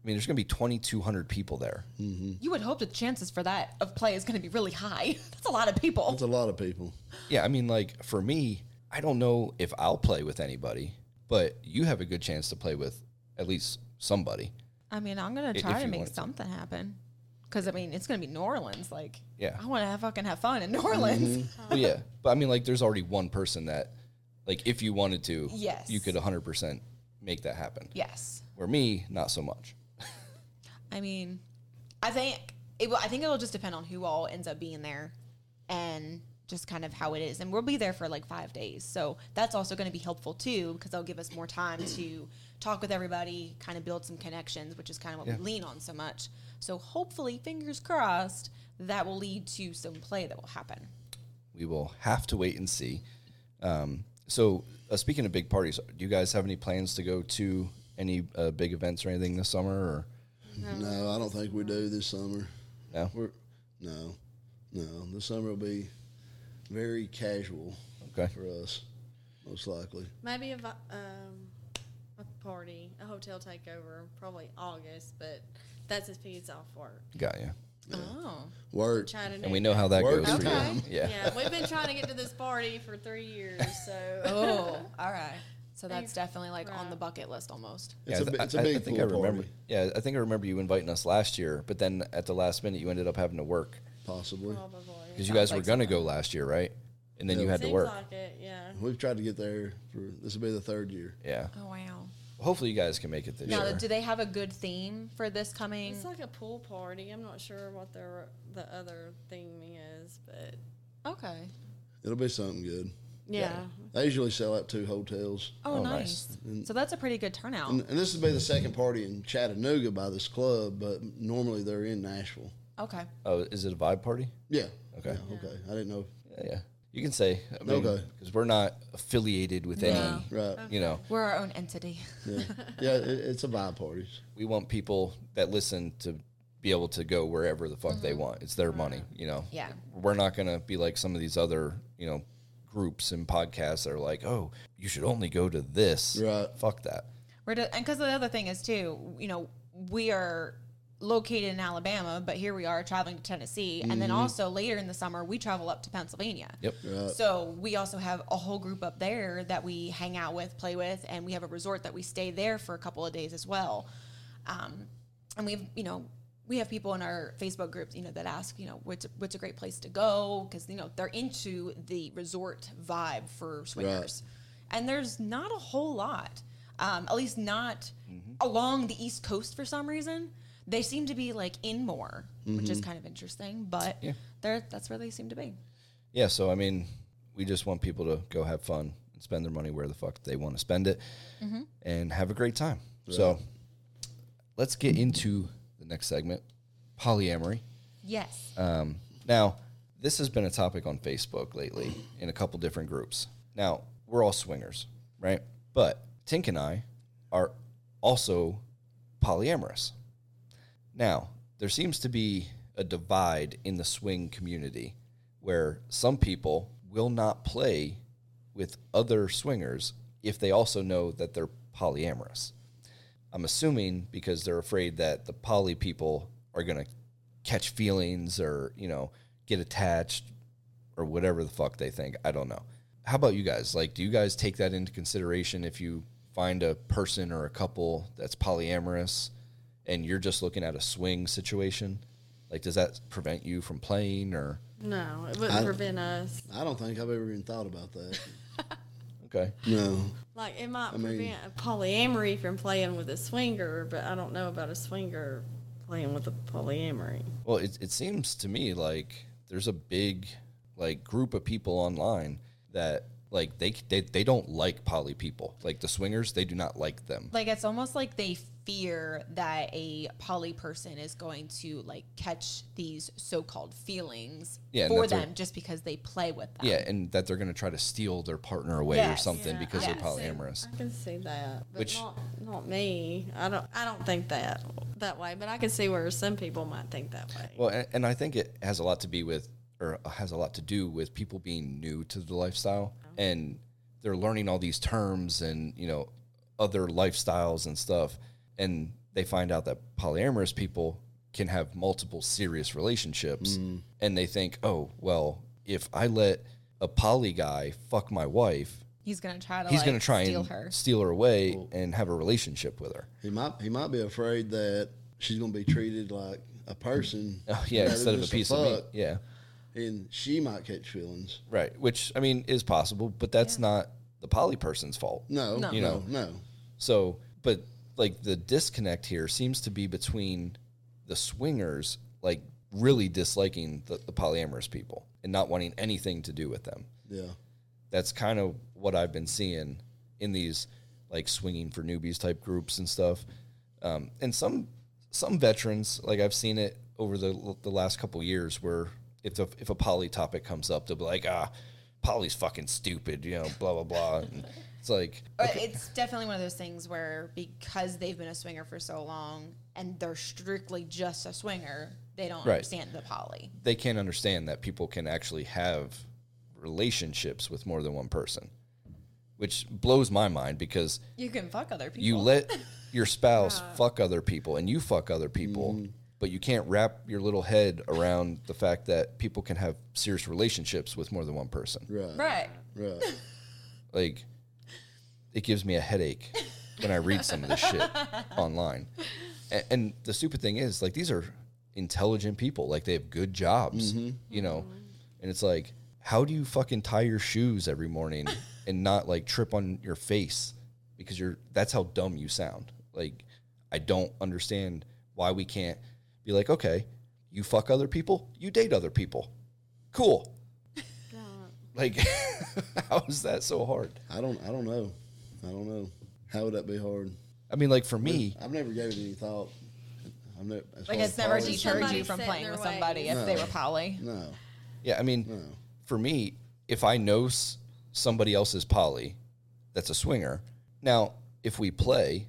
Speaker 3: I mean, there's going to be 2,200 people there.
Speaker 2: You would hope the chances for that of play is gonna be really high. That's a lot of people.
Speaker 1: that's a lot of people.
Speaker 3: Yeah, I mean, like for me, I don't know if I'll play with anybody, but you have a good chance to play with at least somebody.
Speaker 2: I mean, I'm gonna
Speaker 3: if
Speaker 2: try to
Speaker 3: you
Speaker 2: make
Speaker 3: want to.
Speaker 2: something happen. Because I mean, it's gonna be New Orleans. Like,
Speaker 3: Yeah. Mm-hmm.
Speaker 2: I want to fucking have fun in New Orleans.
Speaker 3: Well, yeah, but I mean, like, there's already one person that, like, if you wanted to,
Speaker 2: Yes.
Speaker 3: you could 100% make that happen.
Speaker 2: Yes,
Speaker 3: Where me, not so much.
Speaker 2: I mean, I think it. Will, I think it'll just depend on who all ends up being there, and just kind of how it is. And we'll be there for like five days, so that's also going to be helpful too because they'll give us more time to talk with everybody, kind of build some connections, which is kind of what we lean on so much. So hopefully, fingers crossed, that will lead to some play that will happen.
Speaker 3: We will have to wait and see. Um, so, uh, speaking of big parties, do you guys have any plans to go to any uh, big events or anything this summer? Or
Speaker 1: No, I don't think we do this summer.
Speaker 3: no?
Speaker 1: We're no, no. This summer will be very casual
Speaker 3: Okay.
Speaker 1: for us, most likely.
Speaker 5: Maybe a, vi- um, a party, a hotel takeover, probably August, but that's if he's off work.
Speaker 3: Got you.
Speaker 2: Oh,
Speaker 1: Work.
Speaker 5: Chattanooga.
Speaker 3: And we know how that
Speaker 1: Work
Speaker 3: goes for you.
Speaker 1: time.
Speaker 3: Yeah.
Speaker 5: Yeah, we've been trying to get to this party for three years, so.
Speaker 2: oh, all right. So that's definitely like on
Speaker 5: Right.
Speaker 2: the bucket list almost.
Speaker 1: It's a
Speaker 3: th-
Speaker 1: bi- it's a
Speaker 3: I- I
Speaker 1: big
Speaker 3: think I
Speaker 1: pool
Speaker 3: remember.
Speaker 1: party.
Speaker 3: Yeah, I think I remember you inviting us last year, but then at the last minute you ended up having to work
Speaker 1: Possibly.
Speaker 5: Probably.
Speaker 3: because you guys
Speaker 2: like
Speaker 3: were going to go last year, right? And then you had to
Speaker 5: Seems
Speaker 3: work.
Speaker 5: like it, yeah.
Speaker 1: We've tried to get there for this will be the third year.
Speaker 3: yeah.
Speaker 2: Oh wow.
Speaker 3: Hopefully you guys can make it this
Speaker 2: Now,
Speaker 3: year.
Speaker 2: do they have a good theme for this coming?
Speaker 5: It's like a pool party. I'm not sure what their the other thing is, but
Speaker 2: Okay.
Speaker 1: It'll be something good.
Speaker 5: yeah.
Speaker 1: They usually sell out two hotels.
Speaker 2: Oh,
Speaker 3: Oh, nice.
Speaker 2: nice. Mm. So that's a pretty good turnout.
Speaker 1: And, and this will be the second party in Chattanooga by this club, but normally they're in Nashville.
Speaker 2: okay.
Speaker 3: oh, is it a vibe party?
Speaker 1: Yeah.
Speaker 3: Okay.
Speaker 1: Yeah, okay. I didn't know.
Speaker 3: Yeah, yeah. You can say. I mean,
Speaker 1: Okay.
Speaker 3: Because we're not affiliated with any.
Speaker 1: Right.
Speaker 3: You know,
Speaker 2: We're our own entity.
Speaker 1: Yeah. yeah it, it's a vibe party.
Speaker 3: we want people that listen to be able to go wherever the fuck they want. It's their money. You know.
Speaker 2: Yeah.
Speaker 3: we're not going to be like some of these other, you know, groups and podcasts that are like, oh, you should only go to this.
Speaker 1: Right.
Speaker 3: Fuck that.
Speaker 2: We're do- and because the other thing is too, you know, we are located in Alabama, but here we are traveling to Tennessee, and then also later in the summer we travel up to Pennsylvania.
Speaker 3: Yep.
Speaker 2: So we also have a whole group up there that we hang out with, play with, and we have a resort that we stay there for a couple of days as well. Um, and we've, you know, we have people in our Facebook groups, you know, that ask, you know, what's a, what's a great place to go because you know they're into the resort vibe for swingers, and there's not a whole lot, um, at least not along the East Coast for some reason. They seem to be like in more, which is kind of interesting, but they're, that's where they seem to be.
Speaker 3: Yeah. So, I mean, we just want people to go have fun and spend their money where the fuck they want to spend it and have a great time. So, let's get into the next segment polyamory.
Speaker 2: Yes.
Speaker 3: Um, now, this has been a topic on Facebook lately in a couple different groups. Now, we're all swingers, right? But Tink and I are also polyamorous. Now, there seems to be a divide in the swing community where some people will not play with other swingers if they also know that they're polyamorous. I'm assuming because they're afraid that the poly people are going to catch feelings or, you know, get attached or whatever the fuck they think. I don't know. How about you guys? Like, do you guys take that into consideration if you find a person or a couple that's polyamorous and you're just looking at a swing situation, like does that prevent you from playing or
Speaker 5: No, it wouldn't
Speaker 1: I-
Speaker 5: prevent us.
Speaker 1: I don't think I've ever even thought about that.
Speaker 3: okay?
Speaker 1: No.
Speaker 5: Like it might
Speaker 1: mean-
Speaker 5: prevent a polyamory from playing with a swinger, but I don't know about a swinger playing with a polyamory.
Speaker 3: Well, it, it seems to me like there's a big like group of people online that like they they, they don't like poly people. Like the swingers, they do not like them.
Speaker 2: Like it's almost like they fear that a poly person is going to like catch these so-called feelings
Speaker 3: Yeah, and
Speaker 2: for
Speaker 3: that's a-
Speaker 2: them just because they play with them.
Speaker 3: Yeah, and that they're going to try to steal their partner away or
Speaker 2: Yes.
Speaker 3: something
Speaker 5: Yeah,
Speaker 3: because
Speaker 5: I
Speaker 3: they're
Speaker 5: can see-
Speaker 3: polyamorous.
Speaker 5: I can see that, but
Speaker 3: Which-
Speaker 5: not not me. I don't I don't think that that way, but I can see where some people might think that way.
Speaker 3: Well, and, and I think it has a lot to be with, or has a lot to do with people being new to the lifestyle,
Speaker 2: Oh.
Speaker 3: and they're learning all these terms and you know other lifestyles and stuff, and they find out that polyamorous people can have multiple serious relationships,
Speaker 1: Mm.
Speaker 3: and they think, oh well, if I let a poly guy fuck my wife,
Speaker 2: He's gonna try to
Speaker 3: he's
Speaker 2: Oh, like,
Speaker 3: gonna try
Speaker 2: steal
Speaker 3: and
Speaker 2: her.
Speaker 3: steal her away and have a relationship with her.
Speaker 1: He might he might be afraid that she's gonna be treated like a person.
Speaker 3: Oh, yeah,
Speaker 1: rather
Speaker 3: instead
Speaker 1: than
Speaker 3: of a
Speaker 1: just
Speaker 3: piece of meat.
Speaker 1: fuck,
Speaker 3: Yeah.
Speaker 1: And she might catch feelings.
Speaker 3: Right, which I mean is possible, but that's not the poly person's fault.
Speaker 1: No,
Speaker 2: No.
Speaker 1: no,
Speaker 2: You
Speaker 3: know.
Speaker 1: no.
Speaker 3: So, but like the disconnect here seems to be between the swingers like really disliking the, the polyamorous people and not wanting anything to do with them.
Speaker 1: Yeah.
Speaker 3: That's kind of what I've been seeing in these like swinging for newbies type groups and stuff. Um, and some some veterans like I've seen it over the the last couple years where if the, if a poly topic comes up, they'll be like, ah, poly's fucking stupid, you know, blah blah blah. And it's like
Speaker 2: But it's definitely one of those things where because they've been a swinger for so long and they're strictly just a swinger, they don't
Speaker 3: Right.
Speaker 2: understand the poly.
Speaker 3: they can't understand that people can actually have relationships with more than one person, which blows my mind because
Speaker 2: You can fuck other people.
Speaker 3: you let your spouse fuck other people and you fuck other people, but you can't wrap your little head around the fact that people can have serious relationships with more than one person.
Speaker 1: Right.
Speaker 2: right.
Speaker 1: Right.
Speaker 3: Like, it gives me a headache when I read some of this shit online. And, and the stupid thing is, like, these are intelligent people. Like, they have good jobs, you know? And it's like, how do you fucking tie your shoes every morning and not like trip on your face? Because you're, that's how dumb you sound. Like, I don't understand why we can't be like, okay, you fuck other people, you date other people. Cool. Like, how is that so hard?
Speaker 1: I don't I don't know. I don't know. How would that be hard?
Speaker 3: I mean, like, for me,
Speaker 1: I've never gave it any thought. I've never as
Speaker 2: Like
Speaker 1: far
Speaker 2: it's
Speaker 1: as
Speaker 2: never
Speaker 1: poly-
Speaker 5: Just
Speaker 2: deterred
Speaker 5: somebody
Speaker 2: you from
Speaker 5: set in
Speaker 2: playing
Speaker 5: their
Speaker 2: with somebody if they were poly.
Speaker 1: No.
Speaker 3: Yeah, I mean, for me, if I know s- somebody else's poly that's a swinger, now if we play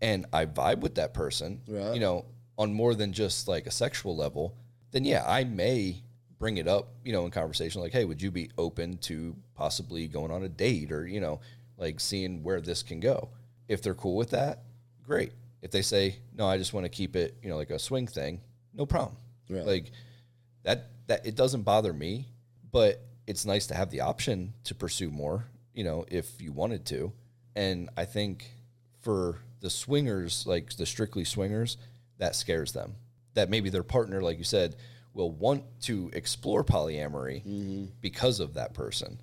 Speaker 3: and I vibe with that person,
Speaker 1: Right.
Speaker 3: you know, on more than just like a sexual level, then yeah, I may bring it up, you know, in conversation like, hey, would you be open to possibly going on a date or, you know, like seeing where this can go? If they're cool with that, great. If they say, no, I just want to keep it, you know, like a swing thing, no problem.
Speaker 1: Right.
Speaker 3: Like, that that it doesn't bother me, but it's nice to have the option to pursue more, you know, if you wanted to. And I think for the swingers, like the strictly swingers, that scares them. That maybe their partner, like you said, will want to explore polyamory because of that person.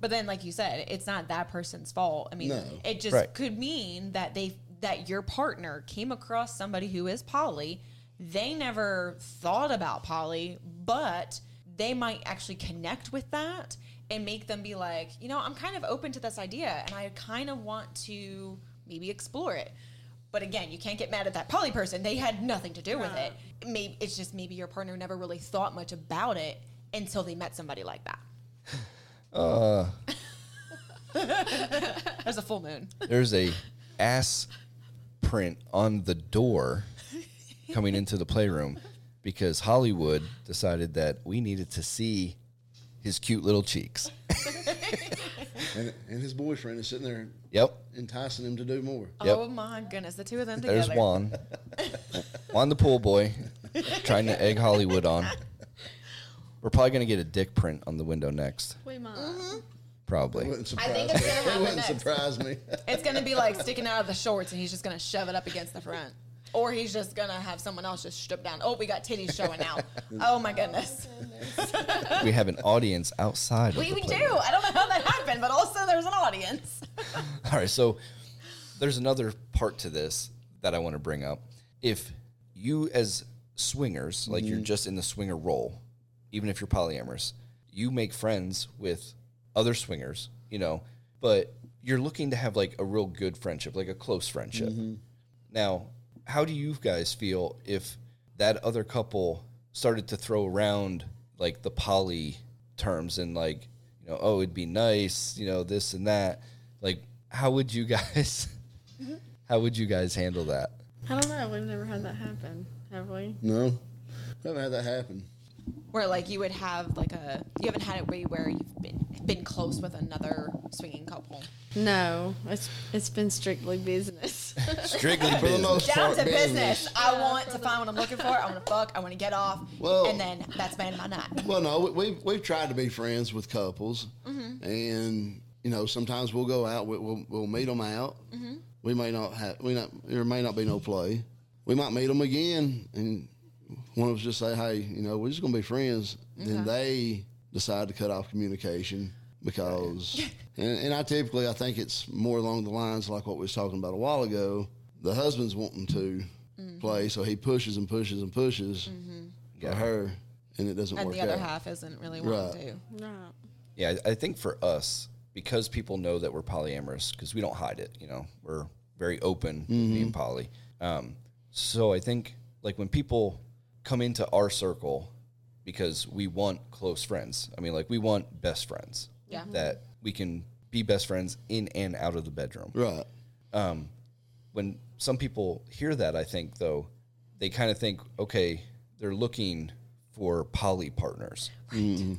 Speaker 2: But then, like you said, it's not that person's fault. I mean,
Speaker 1: No.
Speaker 2: it just
Speaker 3: Right.
Speaker 2: could mean that they that your partner came across somebody who is poly. They never thought about poly, but they might actually connect with that and make them be like, you know, I'm kind of open to this idea, and I kind of want to maybe explore it. But again, you can't get mad at that poly person. They had nothing to do with it. Maybe it's just maybe your partner never really thought much about it until they met somebody like that. There's a full moon.
Speaker 3: There's a ass print on the door coming into the playroom because Hollywood decided that we needed to see his cute little cheeks.
Speaker 1: And and his boyfriend is sitting there
Speaker 3: Yep.
Speaker 1: enticing him to do more.
Speaker 3: Yep.
Speaker 2: Oh my goodness, the two of them together.
Speaker 3: There's Juan. Juan the pool boy trying to egg Hollywood on. We're probably going to get a dick print on the window next.
Speaker 5: We might.
Speaker 3: Probably.
Speaker 1: Wouldn't surprise
Speaker 2: I think it's
Speaker 1: me.
Speaker 2: gonna
Speaker 1: it
Speaker 2: happen
Speaker 1: wouldn't
Speaker 2: next.
Speaker 1: surprise me.
Speaker 2: It's gonna be like sticking out of the shorts, and he's just gonna shove it up against the front. Or he's just gonna have someone else just strip down. Oh, we got titties showing now. oh my goodness.
Speaker 3: we have an audience outside.
Speaker 2: We,
Speaker 3: of
Speaker 2: we
Speaker 3: the
Speaker 2: do.
Speaker 3: playroom.
Speaker 2: I don't know how that happened, but also there's an audience.
Speaker 3: All right, so there's another part to this that I want to bring up. If you, as swingers, like you're just in the swinger role, even if you're polyamorous, you make friends with other swingers, you know, but you're looking to have like a real good friendship, like a close friendship. Now, how do you guys feel if that other couple started to throw around like the poly terms and like, you know, oh, it'd be nice, you know, this and that? Like, how would you guys, how would you guys handle that?
Speaker 5: I don't know. We've never had that happen, have we?
Speaker 1: No, we haven't had that happen.
Speaker 2: Where like you would have like a you haven't had it where you where you've been been close with another swinging couple.
Speaker 5: No. It's it's been strictly business.
Speaker 3: Strictly
Speaker 1: For the most
Speaker 2: Down
Speaker 1: part,
Speaker 2: to business. I
Speaker 5: Yeah,
Speaker 2: want
Speaker 5: for
Speaker 2: to
Speaker 5: the-
Speaker 2: find what I'm looking for. I want to fuck. I want to get off.
Speaker 1: Well-
Speaker 2: and then that's my end of my night.
Speaker 1: Well, no, we, we've we've tried to be friends with couples, and you know sometimes we'll go out, we, we'll we'll meet them out. We may not have we not there may not be no play. We might meet them again, and one of us just say, "Hey, you know, we're just gonna be friends."
Speaker 2: Uh-huh.
Speaker 1: Then they decide to cut off communication because, and, and I typically I think it's more along the lines like what we was talking about a while ago. The husband's wanting to
Speaker 2: Mm-hmm.
Speaker 1: play, so he pushes and pushes and pushes for her, and it doesn't
Speaker 2: And
Speaker 1: work
Speaker 2: the other
Speaker 1: out.
Speaker 2: half isn't really wanting
Speaker 1: Right.
Speaker 2: to.
Speaker 5: no.
Speaker 3: Yeah, I I think for us, because people know that we're polyamorous, because we don't hide it, you know, we're very open with being poly. Um, so I think like when people come into our circle, because we want close friends. I mean, like we want best friends.
Speaker 2: Yeah.
Speaker 3: That we can be best friends in and out of the bedroom
Speaker 1: Right.
Speaker 3: when some people hear that, I think though, they kind of think, okay, they're looking for poly partners,
Speaker 2: Mm-hmm.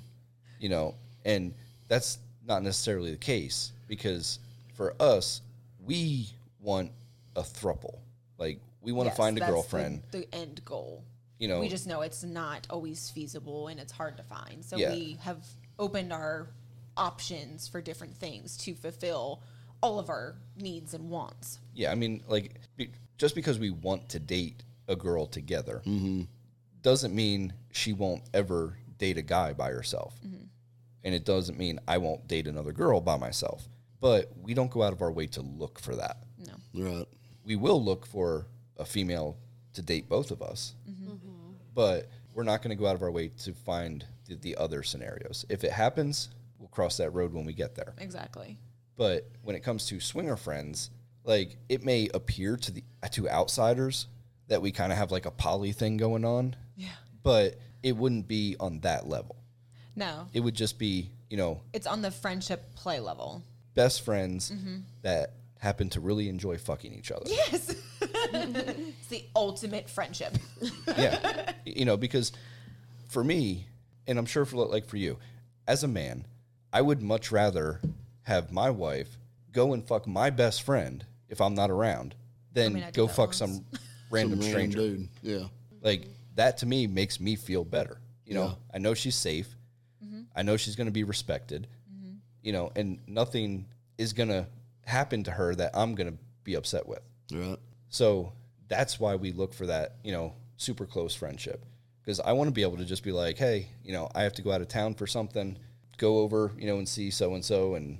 Speaker 3: you know, and that's not necessarily the case because for us, we want a thruple, like we want
Speaker 2: Yes,
Speaker 3: to find a
Speaker 2: that's the-
Speaker 3: girlfriend,
Speaker 2: The, end goal.
Speaker 3: you know,
Speaker 2: We just know it's not always feasible and it's hard to find. So
Speaker 3: Yeah.
Speaker 2: we have opened our options for different things to fulfill all of our needs and wants.
Speaker 3: yeah. I mean, like be, just because we want to date a girl together doesn't mean she won't ever date a guy by herself. and it doesn't mean I won't date another girl by myself. But we don't go out of our way to look for that.
Speaker 1: Right.
Speaker 3: We will look for a female to date both of us, but we're not going to go out of our way to find the, the other scenarios. If it happens, we'll cross that road when we get there.
Speaker 2: Exactly.
Speaker 3: But when it comes to swinger friends, like it may appear to the to outsiders that we kind of have like a poly thing going on,
Speaker 2: Yeah.
Speaker 3: but it wouldn't be on that level.
Speaker 2: No.
Speaker 3: It would just be, you know,
Speaker 2: It's on the friendship play level.
Speaker 3: best friends that happen to really enjoy fucking each other.
Speaker 2: Yes. it's the ultimate friendship.
Speaker 3: Yeah. you know, because for me, and I'm sure for like for you, as a man, I would much rather have my wife go and fuck my best friend if I'm not around than
Speaker 2: mean, I did
Speaker 3: go
Speaker 2: that
Speaker 3: fuck
Speaker 2: once.
Speaker 3: some random
Speaker 1: Random
Speaker 3: stranger.
Speaker 1: dude. Yeah.
Speaker 3: like that to me makes me feel better you know i know she's safe
Speaker 2: Mm-hmm.
Speaker 3: i know she's going to be respected you know and nothing is going to happen to her that i'm going to be upset with
Speaker 1: Right.
Speaker 3: so that's why we look for that you know super close friendship because i want to be able to just be like hey you know i have to go out of town for something go over you know and see so and so and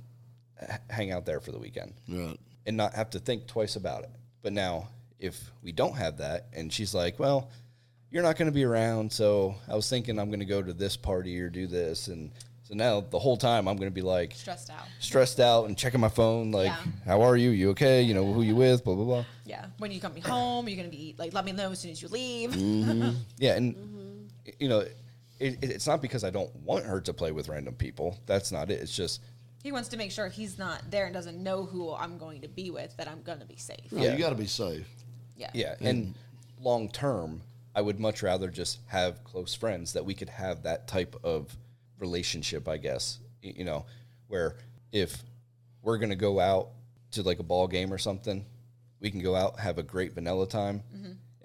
Speaker 3: h- hang out there for the weekend
Speaker 1: Right.
Speaker 3: and not have to think twice about it. But now, if we don't have that, and she's like, "Well, you're not going to be around, so I was thinking I'm going to go to this party or do this," and so now the whole time I'm going to be like
Speaker 2: Stressed out.
Speaker 3: stressed out and checking my phone, like,
Speaker 2: Yeah.
Speaker 3: "How are you? You okay? You know who you with?" Blah blah blah.
Speaker 2: Yeah. When you coming home, you're gonna be like, let me know as soon as you leave.
Speaker 3: Yeah, and y- you know, it, it, it's not because I don't want her to play with random people. That's not it. It's just
Speaker 2: He wants to make sure if he's not there and doesn't know who I'm going to be with, that I'm gonna be safe.
Speaker 1: No,
Speaker 3: Yeah.
Speaker 1: You got to be safe.
Speaker 2: Yeah.
Speaker 3: Yeah, and long term, I would much rather just have close friends that we could have that type of relationship, I guess. y- You know, where if we're going to go out to like a ball game or something, we can go out, have a great vanilla time,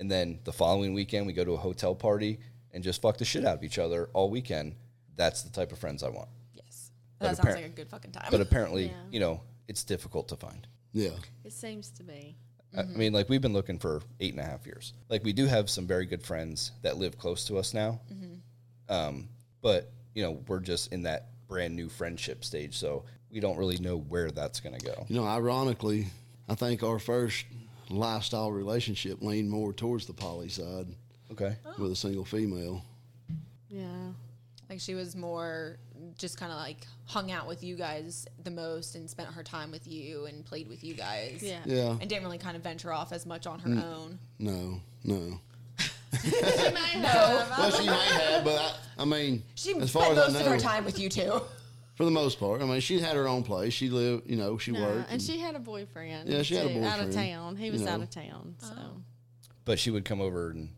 Speaker 3: and then the following weekend we go to a hotel party and just fuck the shit out of each other all weekend. That's the type of friends I want.
Speaker 2: Yes.
Speaker 3: But
Speaker 2: that sounds
Speaker 3: apparent-
Speaker 2: like a good fucking time.
Speaker 3: But apparently,
Speaker 5: Yeah.
Speaker 3: you know, it's difficult to find.
Speaker 1: Yeah.
Speaker 5: It seems to be.
Speaker 3: I- I mean, like we've been looking for eight and a half years. Like we do have some very good friends that live close to us now, um, but you know we're just in that brand new friendship stage, so we don't really know where that's going to go.
Speaker 1: You know, ironically, I think our first lifestyle relationship leaned more towards the poly side
Speaker 3: Okay.
Speaker 2: Oh.
Speaker 1: with a single female.
Speaker 5: Yeah.
Speaker 2: Like she was more just kind of like hung out with you guys the most and spent her time with you and played with you guys.
Speaker 5: Yeah.
Speaker 1: Yeah. Mm.
Speaker 2: And didn't really kind of venture off as much on her own.
Speaker 1: No, no.
Speaker 5: She might have.
Speaker 1: Well, she may have, but I, I mean,
Speaker 2: She
Speaker 1: as far
Speaker 2: spent
Speaker 1: as I
Speaker 2: most of
Speaker 1: know,
Speaker 2: her time with you two.
Speaker 1: for the most part, I mean, she had her own place. She lived, you know, she
Speaker 5: No,
Speaker 1: worked.
Speaker 5: Uh, and she had a boyfriend.
Speaker 1: Yeah, she had a
Speaker 5: too, Out of
Speaker 1: boyfriend,
Speaker 5: town. He
Speaker 1: you
Speaker 5: was
Speaker 1: know.
Speaker 5: out of town. So.
Speaker 3: But she would come over and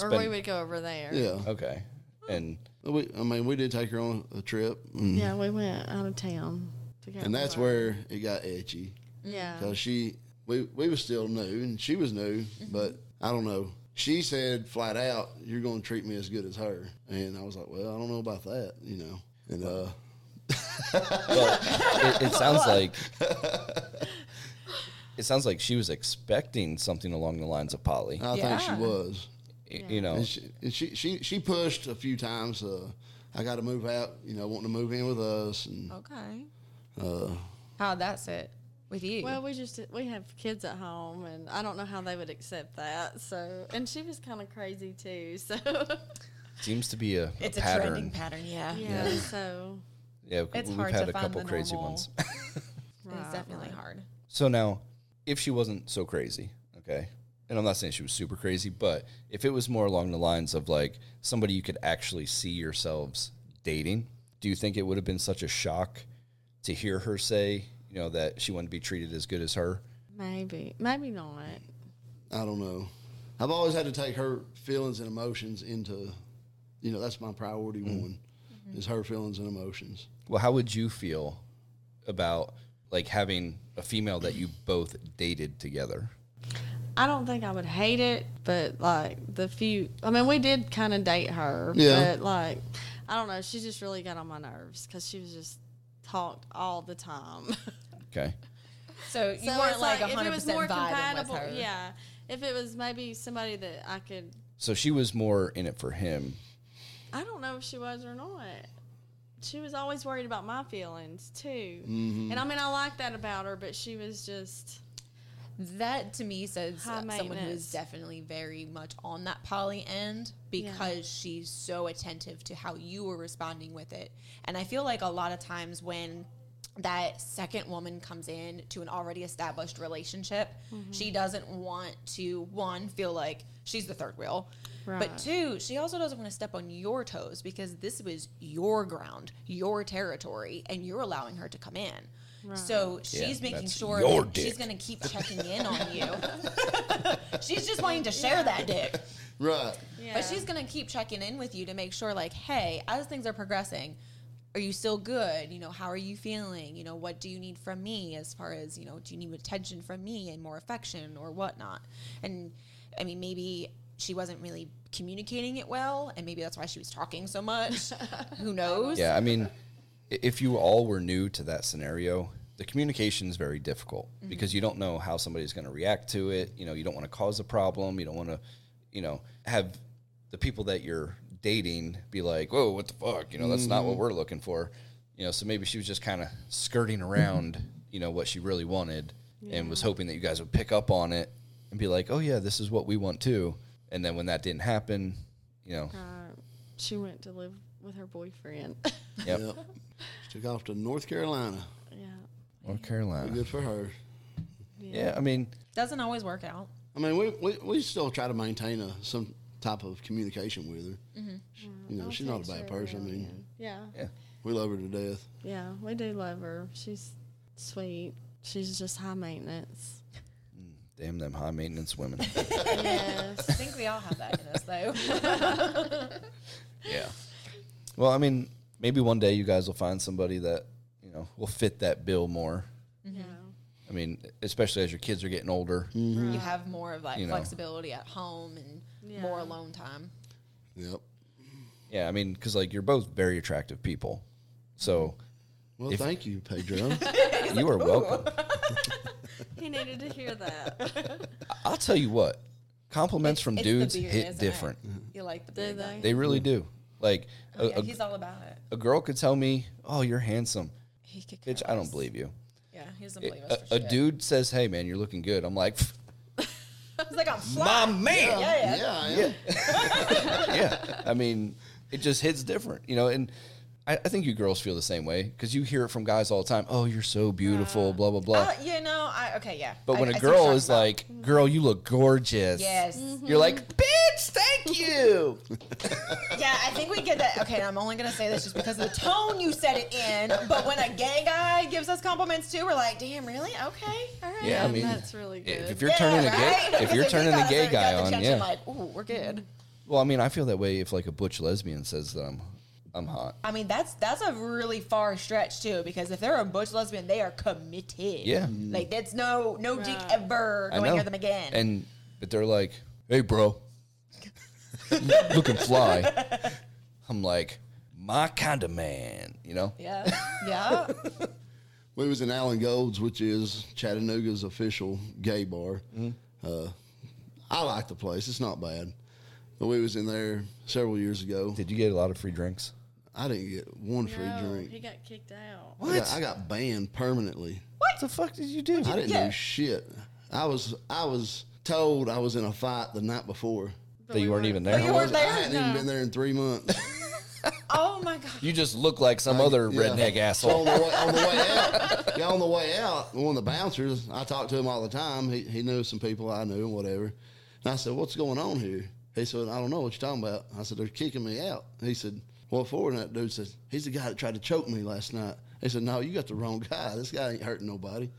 Speaker 5: Or
Speaker 3: spend.
Speaker 5: we would go over there.
Speaker 1: yeah.
Speaker 3: Okay. And
Speaker 1: We, I mean, we did take her on a trip, and,
Speaker 5: Yeah, we went out of town. To go
Speaker 1: and that's
Speaker 5: over.
Speaker 1: where it got itchy.
Speaker 5: Yeah.
Speaker 1: Cause she, we, we was still new, and she was new, but I don't know. She said flat out, "You're going to treat me as good as her," and I was like, "Well, I don't know about that," you know. And uh,
Speaker 3: it, it sounds like it sounds like she was expecting something along the lines of Polly.
Speaker 1: I think she
Speaker 2: Yeah.
Speaker 1: was.
Speaker 3: Y- You know,
Speaker 1: And she, and she, she, she pushed a few times. Uh, I got to move out, you know, wanting to move in with us, and
Speaker 2: Okay.
Speaker 1: uh,
Speaker 2: How'd that sit with you?
Speaker 5: Well, we just we have kids at home, and I don't know how they would accept that. So, and she was kind of crazy too. So,
Speaker 3: seems to be a, a
Speaker 2: it's a
Speaker 3: pattern.
Speaker 2: trending pattern, yeah.
Speaker 5: yeah. So,
Speaker 3: Yeah,
Speaker 2: It's
Speaker 3: we've
Speaker 2: hard
Speaker 3: had
Speaker 2: to
Speaker 3: a
Speaker 2: find
Speaker 3: couple
Speaker 2: the
Speaker 3: crazy
Speaker 2: normal.
Speaker 3: ones.
Speaker 5: right,
Speaker 2: It's definitely
Speaker 5: right.
Speaker 2: hard.
Speaker 3: so now, if she wasn't so crazy, okay, and I'm not saying she was super crazy, but if it was more along the lines of like somebody you could actually see yourselves dating, do you think it would have been such a shock to hear her say, you know, that she wanted to be treated as good as her?
Speaker 5: Maybe, maybe not.
Speaker 1: uh, I don't know. I've always had to take her feelings and emotions into, you know, that's my priority one, is her feelings and emotions.
Speaker 3: Well, how would you feel about like having a female that you both dated together?
Speaker 5: I don't think I would hate it, but like the few, I mean, we did kind of date her,
Speaker 1: Yeah.
Speaker 5: but like, I don't know. She just really got on my nerves because she was just talked all the time.
Speaker 3: Okay.
Speaker 2: So you
Speaker 5: So
Speaker 2: weren't
Speaker 5: it's
Speaker 2: like,
Speaker 5: like,
Speaker 2: 100%
Speaker 5: if it was more
Speaker 2: vibing
Speaker 5: compatible,
Speaker 2: with her.
Speaker 5: yeah. If it was maybe somebody that I could,
Speaker 3: So she was more in it for him.
Speaker 5: I don't know if she was or not. She was always worried about my feelings too, and I mean, I like that about her, but she was just
Speaker 2: That to me says
Speaker 5: High
Speaker 2: uh, someone who
Speaker 5: maintenance.
Speaker 2: is definitely very much on that poly end because she's so attentive to how you were responding with it. And I feel like a lot of times when that second woman comes in to an already established relationship, she doesn't want to one feel like she's the third wheel.
Speaker 5: Right.
Speaker 2: But two, she also doesn't want to step on your toes because this was your ground, your territory, and you're allowing her to come in. So she's making
Speaker 3: that's
Speaker 2: sure
Speaker 3: your
Speaker 2: that
Speaker 3: dick.
Speaker 2: she's going to keep checking in on you. she's just wanting to share that dick.
Speaker 1: Right.
Speaker 5: yeah.
Speaker 2: But she's going to keep checking in with you to make sure, like, hey, as things are progressing, are you still good? You know, how are you feeling? You know, what do you need from me as far as, you know, do you need attention from me and more affection or whatnot? And I mean, maybe she wasn't really communicating it well, and maybe that's why she was talking so much. Who knows?
Speaker 3: Yeah, I mean, i- if you all were new to that scenario, the communication is very difficult because you don't know how somebody's going to react to it. You know, you don't want to cause a problem. You don't want to, you know, have the people that you're dating be like, "Whoa, what the fuck?" You know, that's not what we're looking for. You know, so maybe she was just kind of skirting around, you know, what she really wanted and was hoping that you guys would pick up on it and be like, "Oh yeah, this is what we want too." And then when that didn't happen, you know,
Speaker 5: Uh, she went to live with her boyfriend.
Speaker 3: yep,
Speaker 1: Yep. She took off to North Carolina.
Speaker 5: yeah.
Speaker 3: North Carolina.
Speaker 1: Good for her.
Speaker 3: Yeah, I mean,
Speaker 2: Doesn't always work out.
Speaker 1: I mean, we, we, we still try to maintain a, some type of communication with her. She- you know,
Speaker 5: I'll
Speaker 1: she's not a
Speaker 5: text
Speaker 1: bad
Speaker 5: her
Speaker 1: person. I
Speaker 5: now
Speaker 1: mean,
Speaker 5: and- yeah.
Speaker 3: yeah.
Speaker 1: we love her to death.
Speaker 5: Yeah, we do love her. She's sweet. She's just high maintenance.
Speaker 3: Damn them high maintenance women.
Speaker 2: I
Speaker 5: yes.
Speaker 2: think we all have that in us, though.
Speaker 3: yeah. Well, I mean, maybe one day you guys will find somebody that, you know, will fit that bill more.
Speaker 5: Yeah.
Speaker 3: I mean, especially as your kids are getting older.
Speaker 2: You have more of like
Speaker 3: Mm. You know.
Speaker 2: flexibility at home and more
Speaker 5: Yeah.
Speaker 2: alone time.
Speaker 1: Yep.
Speaker 3: Yeah, I mean, because like you're both very attractive people. So
Speaker 1: Well,
Speaker 3: If-
Speaker 1: thank you, Pedro.
Speaker 3: you are welcome.
Speaker 5: he needed to hear that.
Speaker 3: I'll tell you what, compliments from
Speaker 2: It's the
Speaker 3: dudes
Speaker 2: beard,
Speaker 3: hit
Speaker 2: isn't it?
Speaker 3: different. Uh,
Speaker 2: You like the
Speaker 5: Mm-hmm. Do
Speaker 2: beard.
Speaker 5: they?
Speaker 3: They really do. Like a,
Speaker 2: Oh, Yeah,
Speaker 3: a-
Speaker 2: he's all about it.
Speaker 3: a girl could tell me, "Oh, you're handsome,"
Speaker 2: He could
Speaker 3: bitch.
Speaker 2: care
Speaker 3: I don't
Speaker 2: less.
Speaker 3: believe you.
Speaker 2: Yeah, he doesn't
Speaker 3: It-
Speaker 2: believe us.
Speaker 3: a,
Speaker 2: for
Speaker 3: a
Speaker 2: shit.
Speaker 3: dude says, "Hey, man, you're looking good." I'm like,
Speaker 2: He's like, I'm fly.
Speaker 3: "My man."
Speaker 2: Yeah, yeah.
Speaker 1: Yeah, I am.
Speaker 3: yeah. I mean, it just hits different, you know. And I, I think you girls feel the same way because you hear it from guys all the time. Oh, you're so beautiful, blah blah blah.
Speaker 2: Uh, you know, I okay, yeah.
Speaker 3: but
Speaker 2: I-
Speaker 3: when
Speaker 2: I
Speaker 3: a
Speaker 2: see what you're
Speaker 3: girl
Speaker 2: talking
Speaker 3: is
Speaker 2: about.
Speaker 3: like, "Girl, you look gorgeous,"
Speaker 2: yes,
Speaker 5: Mm.
Speaker 3: you're like, "Bitch, thank you."
Speaker 2: yeah, I think we get that. Okay, and I'm only gonna say this just because of the tone you said it in. But when a gay guy gives us compliments too, we're like, damn, really? Okay, all right.
Speaker 3: yeah, I mean,
Speaker 5: that's really good.
Speaker 3: if you're
Speaker 2: Yeah,
Speaker 3: turning
Speaker 2: right?
Speaker 3: a gay, if you're
Speaker 2: Because
Speaker 3: turning a
Speaker 2: guys
Speaker 3: gay
Speaker 2: already got
Speaker 3: guy
Speaker 2: the
Speaker 3: on,
Speaker 2: attention,
Speaker 3: yeah.
Speaker 2: Like, ooh, we're good.
Speaker 3: Well, I mean, I feel that way if like a butch lesbian says that I'm, I'm hot.
Speaker 2: I mean, that's that's a really far stretch too, because if they're a butch lesbian, they are committed.
Speaker 3: Yeah. Mm.
Speaker 2: like that's no no dick
Speaker 5: Right.
Speaker 2: ever
Speaker 3: I
Speaker 2: going
Speaker 3: know.
Speaker 2: near them again.
Speaker 3: And but they're like, "Hey, bro, looking fly." I'm like, "My kind of man," you know.
Speaker 2: yeah, yeah.
Speaker 1: We was in Allen Gold's, which is Chattanooga's official gay bar. Uh, I like the place; it's not bad. But we was in there several years ago.
Speaker 3: Did you get a lot of free drinks?
Speaker 1: I didn't get one free
Speaker 5: No,
Speaker 1: drink.
Speaker 5: He got kicked out.
Speaker 1: I got, I got banned permanently.
Speaker 3: What the fuck did you do?
Speaker 1: I didn't
Speaker 2: Yeah.
Speaker 1: do shit. I was I was told I was in a fight the night before.
Speaker 3: That you weren't even
Speaker 2: But
Speaker 3: there.
Speaker 2: you
Speaker 1: I
Speaker 2: weren't
Speaker 1: wasn't- I
Speaker 2: there?
Speaker 1: hadn't even been there in three months.
Speaker 2: Oh my god.
Speaker 3: You just look like some other
Speaker 1: Yeah.
Speaker 3: redneck
Speaker 1: So
Speaker 3: asshole.
Speaker 1: on the way, on the way out, yeah, on the way out, one of the bouncers, I talked to him all the time. He, he knew some people I knew and whatever. And I said, "What's going on here?" He said, "I don't know what you're talking about." I said, "They're kicking me out." He said, "What for?" And that dude said, "He's the guy that tried to choke me last night." He said, "No, you got the wrong guy. This guy ain't hurting nobody."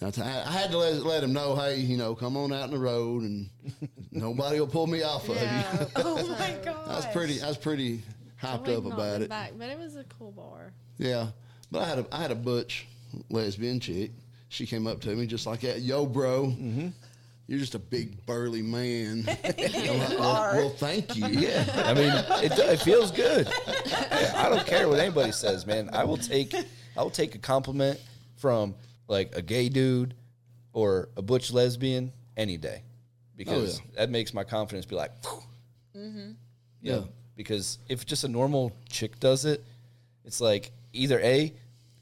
Speaker 1: And I t- I had to let, let him know, hey, you know, come on out in the road, and nobody will pull me off of you.
Speaker 5: Yeah.
Speaker 2: Oh my god.
Speaker 1: I was pretty, I was pretty hyped
Speaker 5: We've
Speaker 1: up
Speaker 5: not
Speaker 1: about
Speaker 5: been
Speaker 1: it.
Speaker 5: Back, but it was a cool bar.
Speaker 1: Yeah, but I had a I had a butch lesbian chick. She came up to me just like that. Yo, bro,
Speaker 3: Mm-hmm.
Speaker 1: you're just a big burly man. I'm like,
Speaker 2: You
Speaker 1: well,
Speaker 2: are.
Speaker 1: well, thank you. Yeah,
Speaker 3: I mean, it, do- it feels good. I don't care what anybody says, man. I will take I will take a compliment from like a gay dude or a butch lesbian any day because
Speaker 1: Oh, yeah.
Speaker 3: that makes my confidence be like, phew. you know,
Speaker 1: Yeah.
Speaker 3: Because if just a normal chick does it, it's like either a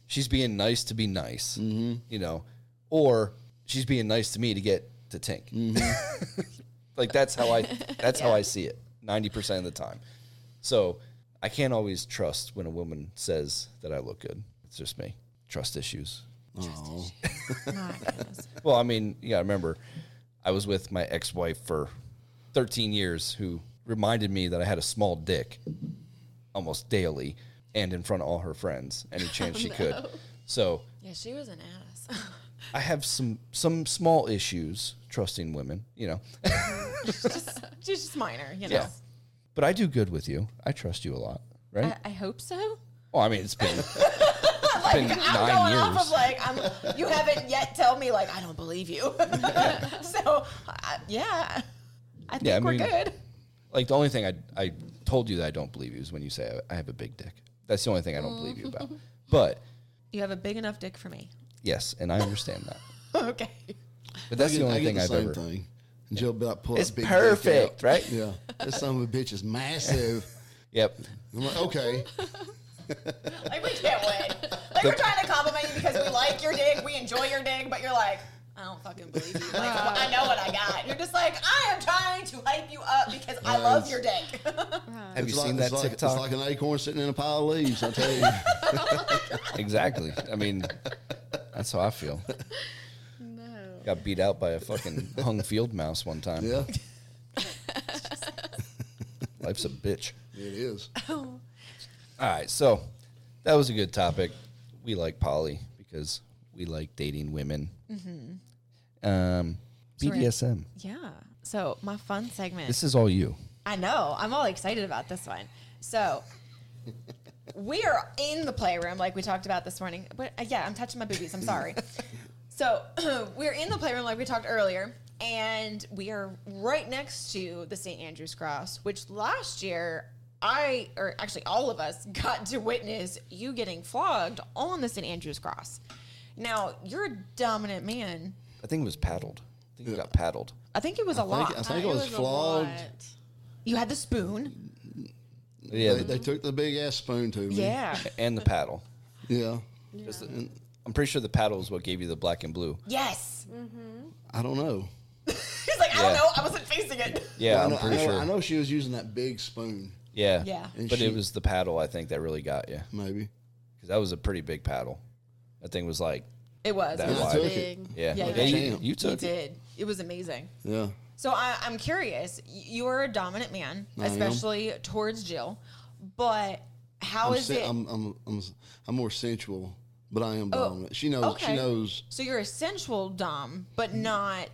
Speaker 3: she's being nice to be nice, you know, or she's being nice to me to get to Tink. Like that's how I that's how I see it 90% of the time. So I can't always trust when a woman says that I look good. It's just me. Trust issues.
Speaker 1: Aw.
Speaker 2: My goodness.
Speaker 3: Well, I mean, yeah, I remember I was with my ex-wife for 13 years who reminded me that I had a small dick almost daily and in front of all her friends
Speaker 2: Oh,
Speaker 3: any chance she could. So
Speaker 2: Yeah, she was an ass.
Speaker 3: I have some some small issues trusting women, you know.
Speaker 2: She's just minor, you know.
Speaker 3: Yeah. But I do good with you. I trust you a lot, right?
Speaker 2: I, I hope so.
Speaker 3: Oh, I mean, it's been, it's been
Speaker 2: I'm
Speaker 3: nine
Speaker 2: going
Speaker 3: years.
Speaker 2: off of like I'm. You haven't yet told me like I don't believe you. so I, yeah, I think
Speaker 3: Yeah, I
Speaker 2: we're
Speaker 3: mean-
Speaker 2: good.
Speaker 3: like the only thing I I told you that I don't believe you is when you say I, I have a big dick. That's the only thing I don't believe you about. But
Speaker 2: You have a big enough dick for me.
Speaker 3: yes, and I understand that.
Speaker 2: Okay.
Speaker 3: But that's the
Speaker 1: I get-
Speaker 3: only
Speaker 1: I get
Speaker 3: thing
Speaker 1: the
Speaker 3: I've
Speaker 1: same
Speaker 3: ever.
Speaker 1: Thing. And Jill be like, pull
Speaker 3: It's
Speaker 1: that big dick
Speaker 3: perfect,
Speaker 1: out.
Speaker 3: right?
Speaker 1: Yeah, this son of a bitch is massive.
Speaker 3: Yep.
Speaker 1: I'm like, okay,
Speaker 2: Like we can't win. Like we're trying to compliment you because we like your dick, we enjoy your dick, but you're like. I don't fucking believe you. Like, I know what I got. You're just like, I am trying to hype you up because I love your dick.
Speaker 3: Have you
Speaker 1: Uh, It's like-
Speaker 3: seen that
Speaker 1: it's like,
Speaker 3: TikTok?
Speaker 1: It's like an acorn sitting in a pile of leaves. I tell you,
Speaker 3: exactly. I mean, that's how I feel.
Speaker 5: No.
Speaker 3: Got beat out by a fucking hung field mouse one time.
Speaker 1: yeah,
Speaker 3: Life's a bitch.
Speaker 1: it is.
Speaker 3: All right, so that was a good topic. We like poly because we like dating women.
Speaker 1: Mm-hmm.
Speaker 3: Um,
Speaker 2: Sorry.
Speaker 3: BDSM.
Speaker 2: Yeah. So my fun segment.
Speaker 3: This is all you.
Speaker 2: I know. I'm all excited about this one. So we are in the playroom, like we talked about this morning. But uh, yeah, I'm touching my boobies. I'm sorry. so we're in the playroom, like we talked earlier, and we are right next to the St. Andrew's Cross, which last year. I, or actually all of us, got to witness you getting flogged on the St. Andrew's Cross. Now, you're a dominant man,
Speaker 3: I think it was paddled. I think it got paddled.
Speaker 2: I think it was a
Speaker 1: I
Speaker 2: lot.
Speaker 1: think, I think it was flogged.
Speaker 2: you had the spoon.
Speaker 3: Yeah,
Speaker 1: They, they took the big ass spoon to me.
Speaker 2: Yeah.
Speaker 3: and the paddle.
Speaker 1: Yeah.
Speaker 3: 'Cause the- I'm pretty sure the paddle is what gave you the black and blue.
Speaker 2: yes.
Speaker 1: I don't know.
Speaker 2: He's like, I
Speaker 3: Yeah.
Speaker 2: don't know. I wasn't facing it.
Speaker 3: Yeah,
Speaker 1: I
Speaker 3: I'm
Speaker 1: know,
Speaker 3: pretty
Speaker 1: I know,
Speaker 3: sure.
Speaker 1: I know she was using that big spoon,
Speaker 3: Yeah,
Speaker 2: Yeah.
Speaker 1: And
Speaker 3: But it
Speaker 1: she-
Speaker 3: was the paddle I think that really got you
Speaker 1: maybe.
Speaker 3: because that was a pretty big paddle. That thing was like,
Speaker 2: It was.
Speaker 3: That
Speaker 2: it
Speaker 1: And
Speaker 2: was
Speaker 1: I
Speaker 3: wide.
Speaker 1: took it.
Speaker 5: Big.
Speaker 3: yeah,
Speaker 2: Yeah,
Speaker 3: yeah,
Speaker 2: yeah.
Speaker 3: you,
Speaker 1: Damn.
Speaker 3: you
Speaker 2: You
Speaker 3: took it.
Speaker 2: did. It was amazing.
Speaker 1: Yeah.
Speaker 2: So I, I'm curious. y- You are a dominant man,
Speaker 1: I am.
Speaker 2: especially towards Jill. But how
Speaker 1: I'm,
Speaker 2: Oh, is
Speaker 1: sen-
Speaker 2: it? Oh,
Speaker 1: I'm, I'm, I'm, s- I'm more sensual, but I am dominant. She knows.
Speaker 2: okay.
Speaker 1: She knows.
Speaker 2: so you're a sensual dom, but not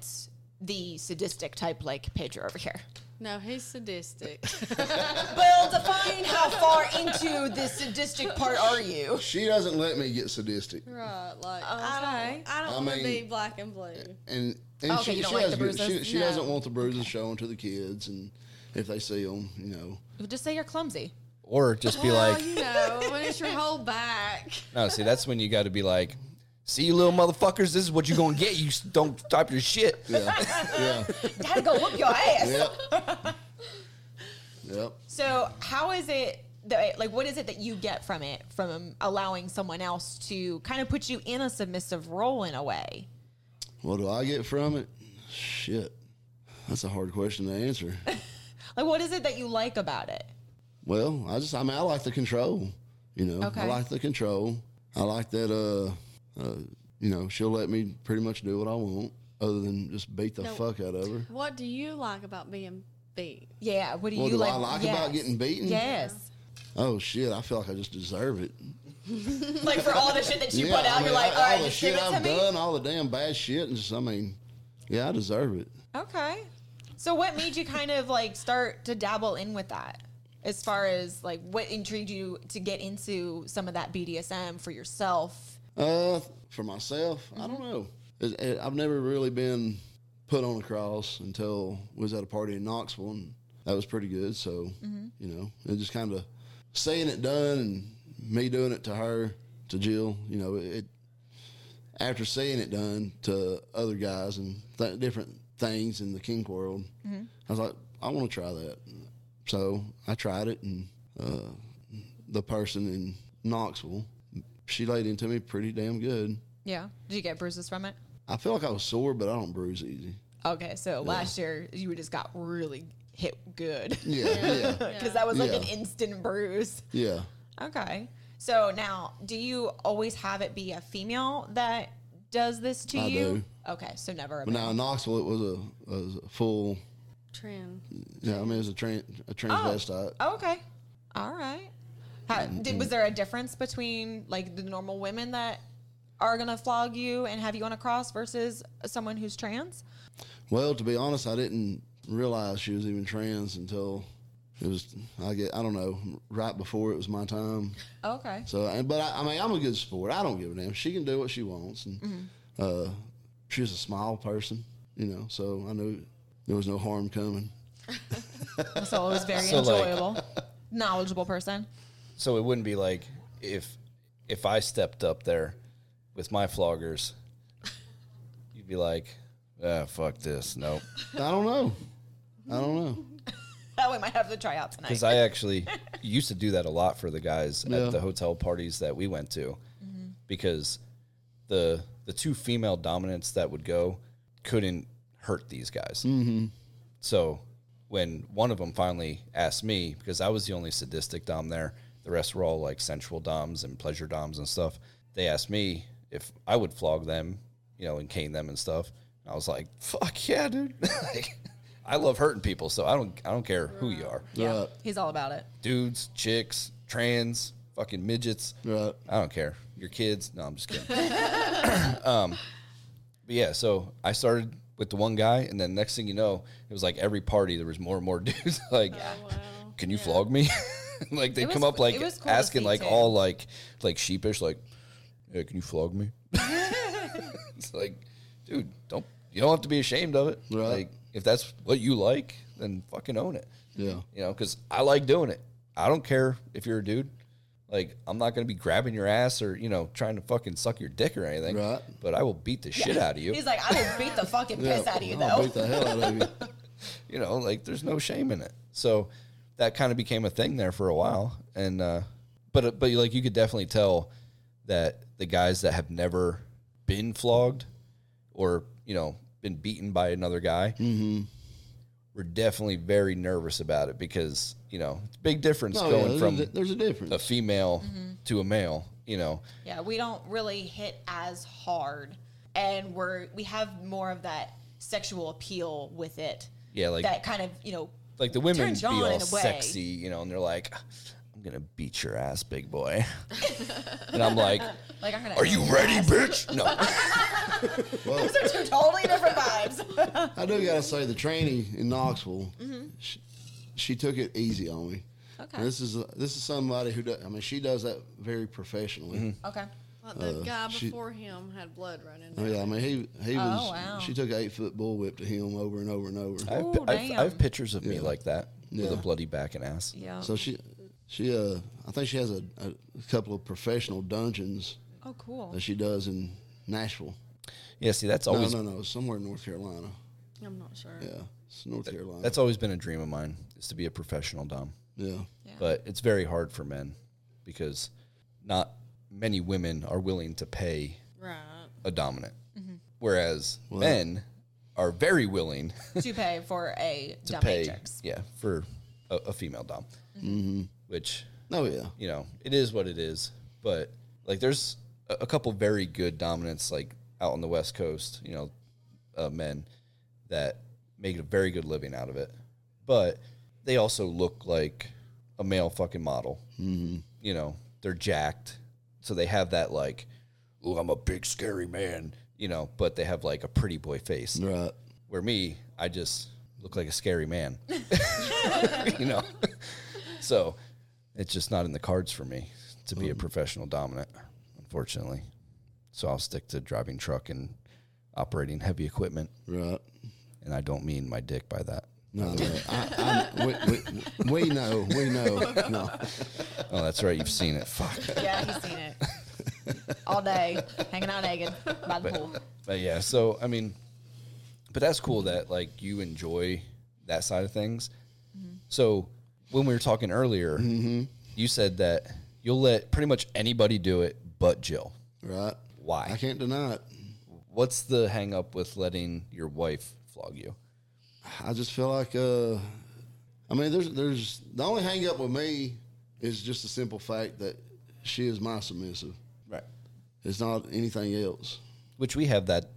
Speaker 2: the sadistic type like Pedro over here.
Speaker 5: No, he's sadistic.
Speaker 2: Well, define how far into the sadistic part are you?
Speaker 1: She doesn't let me get sadistic,
Speaker 5: right, like Oh, I
Speaker 2: Okay.
Speaker 5: don't, I don't
Speaker 1: I
Speaker 5: want to
Speaker 1: mean-
Speaker 5: be black and blue.
Speaker 1: and and
Speaker 2: Oh, Okay,
Speaker 1: she,
Speaker 2: you don't
Speaker 1: she,
Speaker 2: like
Speaker 1: has
Speaker 2: the
Speaker 1: good- she,
Speaker 2: bruises?
Speaker 1: she doesn't
Speaker 5: No.
Speaker 1: want the bruises showing to the kids, and if they see them, you know.
Speaker 2: Just say you're clumsy.
Speaker 3: Or just
Speaker 2: Oh,
Speaker 3: be
Speaker 5: well,
Speaker 3: like,
Speaker 5: you know, when it's your whole back.
Speaker 3: no, see, that's when you got to be like, see, you little motherfuckers, this is what you gonna get. You s- don't stop your shit.
Speaker 1: Yeah. yeah.
Speaker 2: Gotta go whoop your ass.
Speaker 1: Yep. yep.
Speaker 2: So how is it that like what is it that you get from it from allowing someone else to kind of put you in a submissive role in a way?
Speaker 1: What do I get from it? Shit. That's a hard question to answer.
Speaker 2: Like what is it that you like about it?
Speaker 1: well, I just, I mean, I like the control, you know,
Speaker 2: Okay.
Speaker 1: I like the control. I like that, uh, uh, you know, she'll let me pretty much do what I want other than just beat the
Speaker 5: No.
Speaker 1: fuck out of her.
Speaker 5: What do you like about being beat?
Speaker 2: Yeah, what do
Speaker 1: What
Speaker 2: you
Speaker 1: do
Speaker 2: like?
Speaker 1: I like about getting beaten?
Speaker 2: Yes.
Speaker 1: Oh shit, I feel like I just deserve it.
Speaker 2: like for all the shit that you
Speaker 1: Yeah,
Speaker 2: put
Speaker 1: I
Speaker 2: out,
Speaker 1: mean,
Speaker 2: you're like,
Speaker 1: I-
Speaker 2: all right,
Speaker 1: all the
Speaker 2: just give
Speaker 1: shit
Speaker 2: it to
Speaker 1: I've
Speaker 2: me.
Speaker 1: done, all the damn bad shit, and just, I mean, yeah, I deserve it.
Speaker 2: Okay. So what made you kind of like start to dabble in with that? As far as like what intrigued you to get into some of that BDSM for yourself?
Speaker 1: Uh, for myself, I don't know. It, it, I've never really been put on a cross until we was at a party in Knoxville, and that was pretty good. So, you know, it just kind of saying it done and me doing it to her, to Jill. You know, it after seeing it done to other guys and th- different things in the kink world, I was like, I want to try that. So I tried it, and uh, the person in Knoxville, she laid into me pretty damn good.
Speaker 2: Yeah. Did you get bruises from it?
Speaker 1: I feel like I was sore, but I don't bruise easy.
Speaker 2: Okay, so last year you just got really hit good
Speaker 1: Yeah, yeah, yeah.
Speaker 2: because that was like an
Speaker 1: Yeah.
Speaker 2: instant bruise. Okay, so now do you always have it be a female that does this to
Speaker 1: I
Speaker 2: you?
Speaker 1: do.
Speaker 2: Okay, so never a
Speaker 1: But
Speaker 2: male.
Speaker 1: now in Knoxville, it was a, was a full.
Speaker 5: Trend.
Speaker 1: Yeah, I mean, it was a, tran a transvestite.
Speaker 2: Oh, okay, all right. How,
Speaker 1: Mm-hmm.
Speaker 2: did, was there a difference between like the normal women that are gonna flog you and have you on a cross versus someone who's trans?
Speaker 1: Well, to be honest, I didn't realize she was even trans until it was. I get. I don't know. Right before it was my time.
Speaker 2: Okay,
Speaker 1: So, and, but I, I mean, I'm a good sport. I don't give a damn. She can do what she wants, and uh, she was a small person, you know. So I knew there was no harm coming.
Speaker 2: so it was very
Speaker 3: So, like-
Speaker 2: enjoyable. Knowledgeable person.
Speaker 3: So it wouldn't be like if if I stepped up there with my floggers, you'd be like, ah, fuck this, nope.
Speaker 1: I don't know. I don't know.
Speaker 2: That we might have to try out tonight.
Speaker 3: Because I actually used to do that a lot for the guys
Speaker 1: Yeah.
Speaker 3: at the hotel parties that we went to, because the the two female dominants that would go couldn't hurt these guys. So when one of them finally asked me, because I was the only sadistic dom there, the rest were all like sensual doms and pleasure doms and stuff. They asked me if I would flog them, you know, and cane them and stuff. And I was like, "Fuck yeah, dude!" like, I love hurting people, so I don't I don't care who you are
Speaker 2: Yeah,
Speaker 1: Right.
Speaker 2: he's all about it.
Speaker 3: dudes, chicks, trans, fucking midgets.
Speaker 1: Right.
Speaker 3: I don't care. Your kids. No, I'm just kidding. um, but yeah, so I started with the one guy, and then next thing you know, it was like every party there was more and more dudes. like, can you flog me? like they
Speaker 2: Oh, It
Speaker 3: come
Speaker 2: was-
Speaker 3: up like
Speaker 2: it was cool to
Speaker 3: asking
Speaker 2: see,
Speaker 3: like
Speaker 2: too.
Speaker 3: all like like sheepish like, yeah, can you flog me? it's like, dude, don't you don't have to be ashamed of it.
Speaker 1: Right.
Speaker 3: Like if that's what you like, then fucking own it
Speaker 1: Yeah.
Speaker 3: you know, because I like doing it. I don't care if you're a dude. Like I'm not gonna be grabbing your ass or you know trying to fucking suck your dick or anything.
Speaker 1: Right.
Speaker 3: But I will beat the shit out of you.
Speaker 2: He's like, I will beat the fucking piss out of you,
Speaker 1: I'll
Speaker 2: though.
Speaker 1: beat the hell out of you.
Speaker 3: you know, like there's no shame in it. So that kind of became a thing there for a while. And uh, but but like you could definitely tell that the guys that have never been flogged or you know been beaten by another guy
Speaker 1: Mm-hmm.
Speaker 3: were definitely very nervous about it because you know it's a big difference
Speaker 1: No, Oh, yeah,
Speaker 3: going
Speaker 1: there's,
Speaker 3: from
Speaker 1: a, di- there's a difference.
Speaker 3: a female
Speaker 2: Mm-hmm.
Speaker 3: to a male. You know,
Speaker 2: Yeah, we don't really hit as hard, and we're we have more of that sexual appeal with it.
Speaker 3: Yeah, like-
Speaker 2: that kind of you know.
Speaker 3: like the women
Speaker 2: Turns
Speaker 3: be
Speaker 2: you on
Speaker 3: all
Speaker 2: in a way.
Speaker 3: sexy, you know, and they're like, "I'm gonna beat your ass, big boy," and I'm like,
Speaker 2: Like I'm gonna.
Speaker 3: "Are you ready, bitch?" No.
Speaker 1: well,
Speaker 2: Those are two totally different vibes.
Speaker 1: I do gotta say the training in Knoxville, she, she took it easy on me.
Speaker 2: Mm-hmm. Okay.
Speaker 1: And this is a, this is somebody who does. I mean, she does that very professionally.
Speaker 3: Mm-hmm.
Speaker 2: okay.
Speaker 5: Like the guy
Speaker 1: Uh, she-
Speaker 5: before him had blood running.
Speaker 1: Oh, yeah, I mean, he he
Speaker 2: Oh,
Speaker 1: was.
Speaker 2: wow.
Speaker 1: She took an eight foot bullwhip to him over and over and over.
Speaker 3: I have,
Speaker 2: Ooh,
Speaker 3: pi- I've, I
Speaker 2: damn.
Speaker 3: have pictures of me
Speaker 1: Yeah.
Speaker 3: like that with a
Speaker 1: Yeah.
Speaker 3: bloody back and ass.
Speaker 2: Yeah.
Speaker 1: So she she uh I think she has a, a couple of professional dungeons
Speaker 2: oh, cool.
Speaker 1: that she does in Nashville.
Speaker 3: Yeah, see, that's always
Speaker 1: no, no, no, somewhere in North Carolina.
Speaker 5: I'm not sure.
Speaker 1: Yeah, it's North Carolina.
Speaker 3: that's always been a dream of mine is to be a professional dom,
Speaker 1: yeah.
Speaker 3: but it's very hard for men because not many women are willing to pay
Speaker 5: Right.
Speaker 3: a dominant,
Speaker 2: Mm-hmm.
Speaker 3: whereas men are very willing
Speaker 2: to pay for a
Speaker 3: to
Speaker 2: dumb
Speaker 3: pay,
Speaker 2: matrix.
Speaker 3: yeah, for a, a female dom, which
Speaker 1: Oh yeah.
Speaker 3: you know, it is what it is. But like, there's a, a couple very good dominants like out on the West Coast, you know, uh, men that make a very good living out of it. But they also look like a male fucking model. Mm-hmm. You know, they're jacked, so they have that like, "Ooh, I'm a big scary man," you know, but they have like a pretty boy face.
Speaker 1: Right.
Speaker 3: Where me, I just look like a scary man. you know. So it's just not in the cards for me to be a professional dominant, unfortunately. So I'll stick to driving truck and operating heavy equipment.
Speaker 1: Right.
Speaker 3: And I don't mean my dick by that.
Speaker 1: No, no. I, I, we, we, we know. We know. No.
Speaker 3: Oh, that's right. You've seen it. Fuck.
Speaker 2: Yeah, he's seen it all day, hanging out naked by the pool.
Speaker 3: But yeah, so I mean, but that's cool that like you enjoy that side of things. So when we were talking earlier, you said that you'll let pretty much anybody do it but Jill.
Speaker 1: Right.
Speaker 3: Why?
Speaker 1: I can't deny it.
Speaker 3: What's the hang up with letting your wife flog you?
Speaker 1: I just feel like uh I mean there's there's the only hang up with me is just the simple fact that she is my submissive.
Speaker 3: Right.
Speaker 1: It's not anything else.
Speaker 3: Which we have that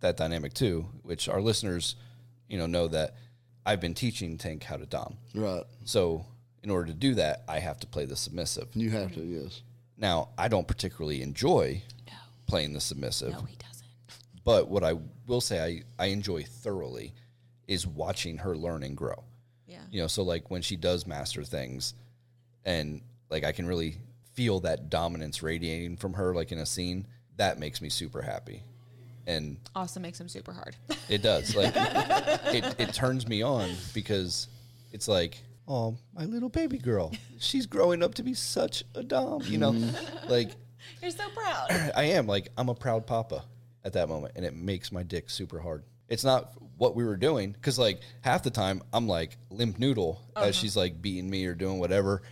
Speaker 3: that dynamic too, which our listeners, you know, know that I've been teaching Tank how to dom.
Speaker 1: Right.
Speaker 3: So in order to do that, I have to play the submissive.
Speaker 1: You have to, yes.
Speaker 3: Now, I don't particularly enjoy playing the submissive,
Speaker 2: No, he doesn't.
Speaker 3: but what I will say I, I enjoy thoroughly is watching her learn and grow.
Speaker 2: Yeah.
Speaker 3: You know, so like when she does master things and like I can really feel that dominance radiating from her, like in a scene, that makes me super happy. And
Speaker 2: Also makes him super hard.
Speaker 3: it does. Like it, it turns me on because it's like, oh, my little baby girl. She's growing up to be such a dom, you know? like
Speaker 2: You're so proud.
Speaker 3: I am like I'm a proud papa at that moment, and it makes my dick super hard. It's not what we were doing because like half the time I'm like limp noodle as she's like beating me or doing whatever,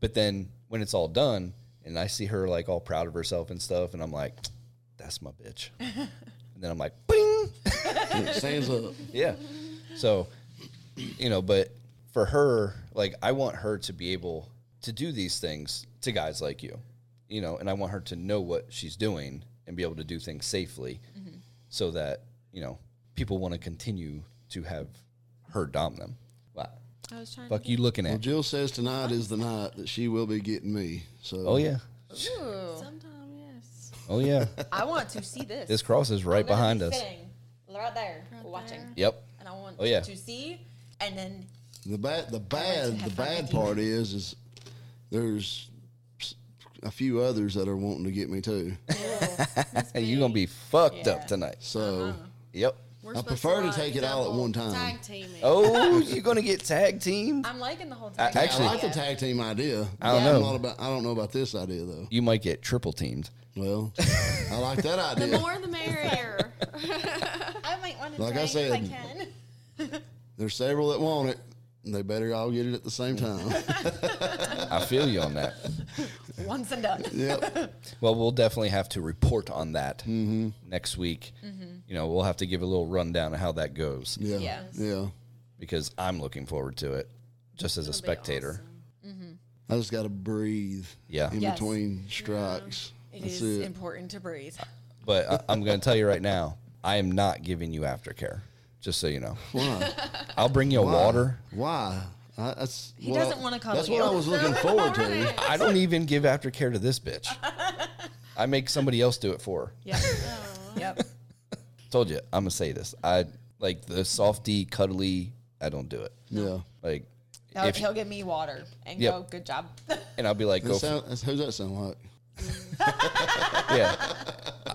Speaker 3: but then when it's all done and I see her like all proud of herself and stuff, and I'm like, that's my bitch, and then I'm like, bing,
Speaker 1: It stands up.
Speaker 3: yeah. So, you know, but for her, like I want her to be able to do these things to guys like you, you know, and I want her to know what she's doing and be able to do things safely
Speaker 2: Mm-hmm.
Speaker 3: so that, you know, people want to continue to have her dom them. Wow.
Speaker 2: I was trying
Speaker 3: Fuck you looking
Speaker 1: Well
Speaker 3: at.
Speaker 1: Jill says tonight is the night that she will be getting me. So
Speaker 3: Oh yeah.
Speaker 2: to. Ooh.
Speaker 5: Sometime, yes.
Speaker 3: Oh yeah.
Speaker 2: I want to see this.
Speaker 3: this cross is right
Speaker 2: I'm gonna
Speaker 3: behind
Speaker 2: be
Speaker 3: us.
Speaker 2: sitting Right there, watching.
Speaker 3: Yep.
Speaker 2: And I want
Speaker 3: Oh, yeah.
Speaker 2: to see, and then
Speaker 1: The bad, the bad, the
Speaker 2: have fun
Speaker 1: bad
Speaker 2: with you.
Speaker 1: part is, is there's a few others that are wanting to get me too.
Speaker 2: Uh-huh.
Speaker 3: Hey, you're gonna be fucked up tonight.
Speaker 1: So
Speaker 3: Yep.
Speaker 5: We're
Speaker 1: I
Speaker 5: supposed
Speaker 1: prefer to
Speaker 5: like,
Speaker 1: take it all at
Speaker 5: double
Speaker 1: one time.
Speaker 5: Tag team it.
Speaker 3: Oh, you're gonna get tag team.
Speaker 2: I'm liking the whole
Speaker 3: I-
Speaker 2: time.
Speaker 1: Yeah,
Speaker 3: actually-
Speaker 1: I like the tag team idea.
Speaker 3: I don't
Speaker 1: I'm
Speaker 3: know.
Speaker 1: not about- I don't know about this idea though.
Speaker 3: You might get triple teamed.
Speaker 1: Well, I like that
Speaker 5: The
Speaker 1: idea.
Speaker 5: more, the merrier.
Speaker 2: I might want to
Speaker 1: Like
Speaker 2: try
Speaker 1: I
Speaker 2: it if I
Speaker 1: said-
Speaker 2: can.
Speaker 1: There's several that want it. and They better all get it at the same time.
Speaker 3: I feel you on that.
Speaker 2: Once and done.
Speaker 1: yep.
Speaker 3: Well, we'll definitely have to report on that
Speaker 1: Mm-hmm.
Speaker 3: next week.
Speaker 5: Mm-hmm.
Speaker 3: You know, we'll have to give a little rundown of how that goes
Speaker 1: Yeah.
Speaker 2: Yes.
Speaker 1: Yeah.
Speaker 3: because I'm looking forward to it, just as a
Speaker 5: That'll be
Speaker 3: spectator.
Speaker 5: awesome.
Speaker 1: I just got to breathe.
Speaker 3: Yeah.
Speaker 1: In
Speaker 2: Yes.
Speaker 1: between strikes.
Speaker 2: It
Speaker 1: That's
Speaker 2: is
Speaker 1: it.
Speaker 2: important to breathe.
Speaker 1: Uh,
Speaker 3: But I, I'm going to tell you right now, I am not giving you aftercare. Just so you know,
Speaker 1: Why?
Speaker 3: I'll bring you a
Speaker 1: Why?
Speaker 3: water.
Speaker 1: Why? I, that's
Speaker 2: He
Speaker 1: what I-
Speaker 2: doesn't wanna cuddle
Speaker 1: That's
Speaker 2: you.
Speaker 1: what I was looking forward to.
Speaker 3: I don't even give aftercare to this bitch. I make somebody else do it for her.
Speaker 2: Yep. Yep.
Speaker 3: Told you, I'm gonna say this. I like the softy, cuddly. I don't do it.
Speaker 1: Yeah.
Speaker 3: Like,
Speaker 2: Now
Speaker 3: if,
Speaker 2: he'll give me water and
Speaker 3: Yep.
Speaker 2: go, good job.
Speaker 3: and I'll be like,
Speaker 1: That
Speaker 3: go, for,
Speaker 1: sound, that's, who's that sound like?
Speaker 3: yeah.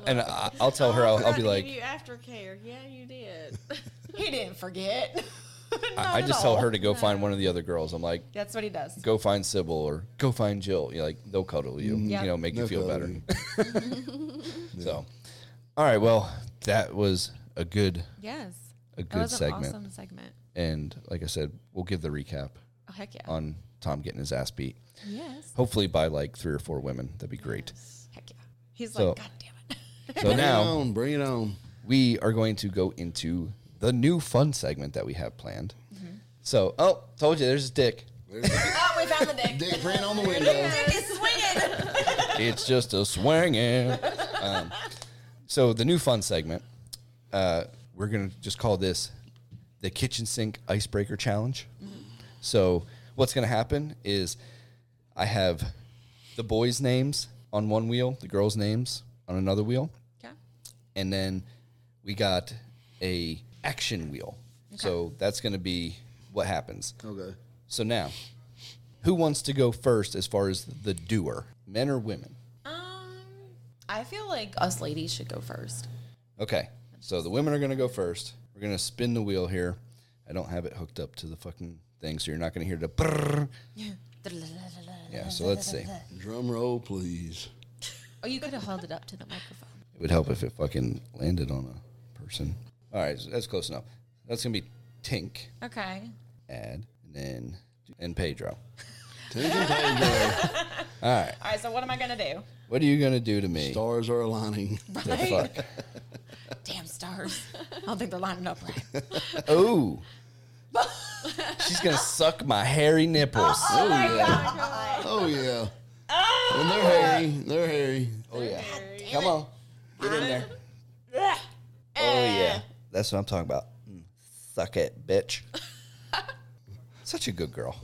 Speaker 3: And I, I'll tell her, I'll, I'll be
Speaker 5: Give
Speaker 3: like,
Speaker 5: you aftercare. Yeah, you did.
Speaker 2: he didn't forget.
Speaker 3: I, I just tell her to go find one of the other girls. I'm like,
Speaker 2: That's what he does.
Speaker 3: go find Sybil or go find Jill. You know, like they'll cuddle you.
Speaker 2: Yeah.
Speaker 3: You know, make you
Speaker 1: They'll
Speaker 3: feel
Speaker 1: cuddle
Speaker 3: better.
Speaker 1: you.
Speaker 3: So, all right. Well, that was a good
Speaker 2: Yes.
Speaker 3: a good segment.
Speaker 2: segment.
Speaker 3: And like I said, we'll give the recap
Speaker 2: Oh, heck yeah.
Speaker 3: on Tom getting his ass beat.
Speaker 2: yes.
Speaker 3: Hopefully by like three or four women. That'd be great.
Speaker 2: Heck yeah. He's
Speaker 3: So-
Speaker 2: like, God damn it.
Speaker 3: So
Speaker 1: Bring it
Speaker 3: now
Speaker 1: on. Bring it on.
Speaker 3: we are going to go into the new fun segment that we have planned. So, oh, told you, there's a dick.
Speaker 2: oh, we found the dick.
Speaker 1: Dick print on the window.
Speaker 2: He's swinging.
Speaker 3: it's just a swinging. Um, so the new fun segment, uh, we're gonna just call this the kitchen sink icebreaker challenge. So what's gonna happen is I have the boys' names on one wheel, the girls' names on another wheel,
Speaker 2: Okay.
Speaker 3: and then we got a action wheel. So that's gonna be what happens.
Speaker 1: Okay.
Speaker 3: So now, who wants to go first as far as the doer, men or women?
Speaker 2: Um, I feel like us ladies should go first.
Speaker 3: Okay. So the women are going to go first. We're going to spin the wheel here. I don't have it hooked up to the fucking thing, so you're not going to hear the brrr. Yeah, so let's see. It
Speaker 1: Drum roll, please.
Speaker 2: Oh, you could have held it up to the microphone.
Speaker 3: would help if it fucking landed on a person. All right, so that's close enough. That's going to be Tink,
Speaker 2: Okay.
Speaker 3: add, and then, and Pedro.
Speaker 1: Tink and Pedro,
Speaker 2: All right. So what am I gonna do?
Speaker 3: What are you going to do to me?
Speaker 1: stars are aligning.
Speaker 3: The fuck?
Speaker 2: Damn stars. I don't think they're lining up right.
Speaker 3: Oh. She's going to suck my hairy nipples.
Speaker 1: Oh, yeah. Oh, yeah. Ah. And they're hairy. They're hairy.
Speaker 3: Oh yeah. Come on. Get in there. oh yeah. That's what I'm talking about. Mm. Suck it, bitch. Such a good girl.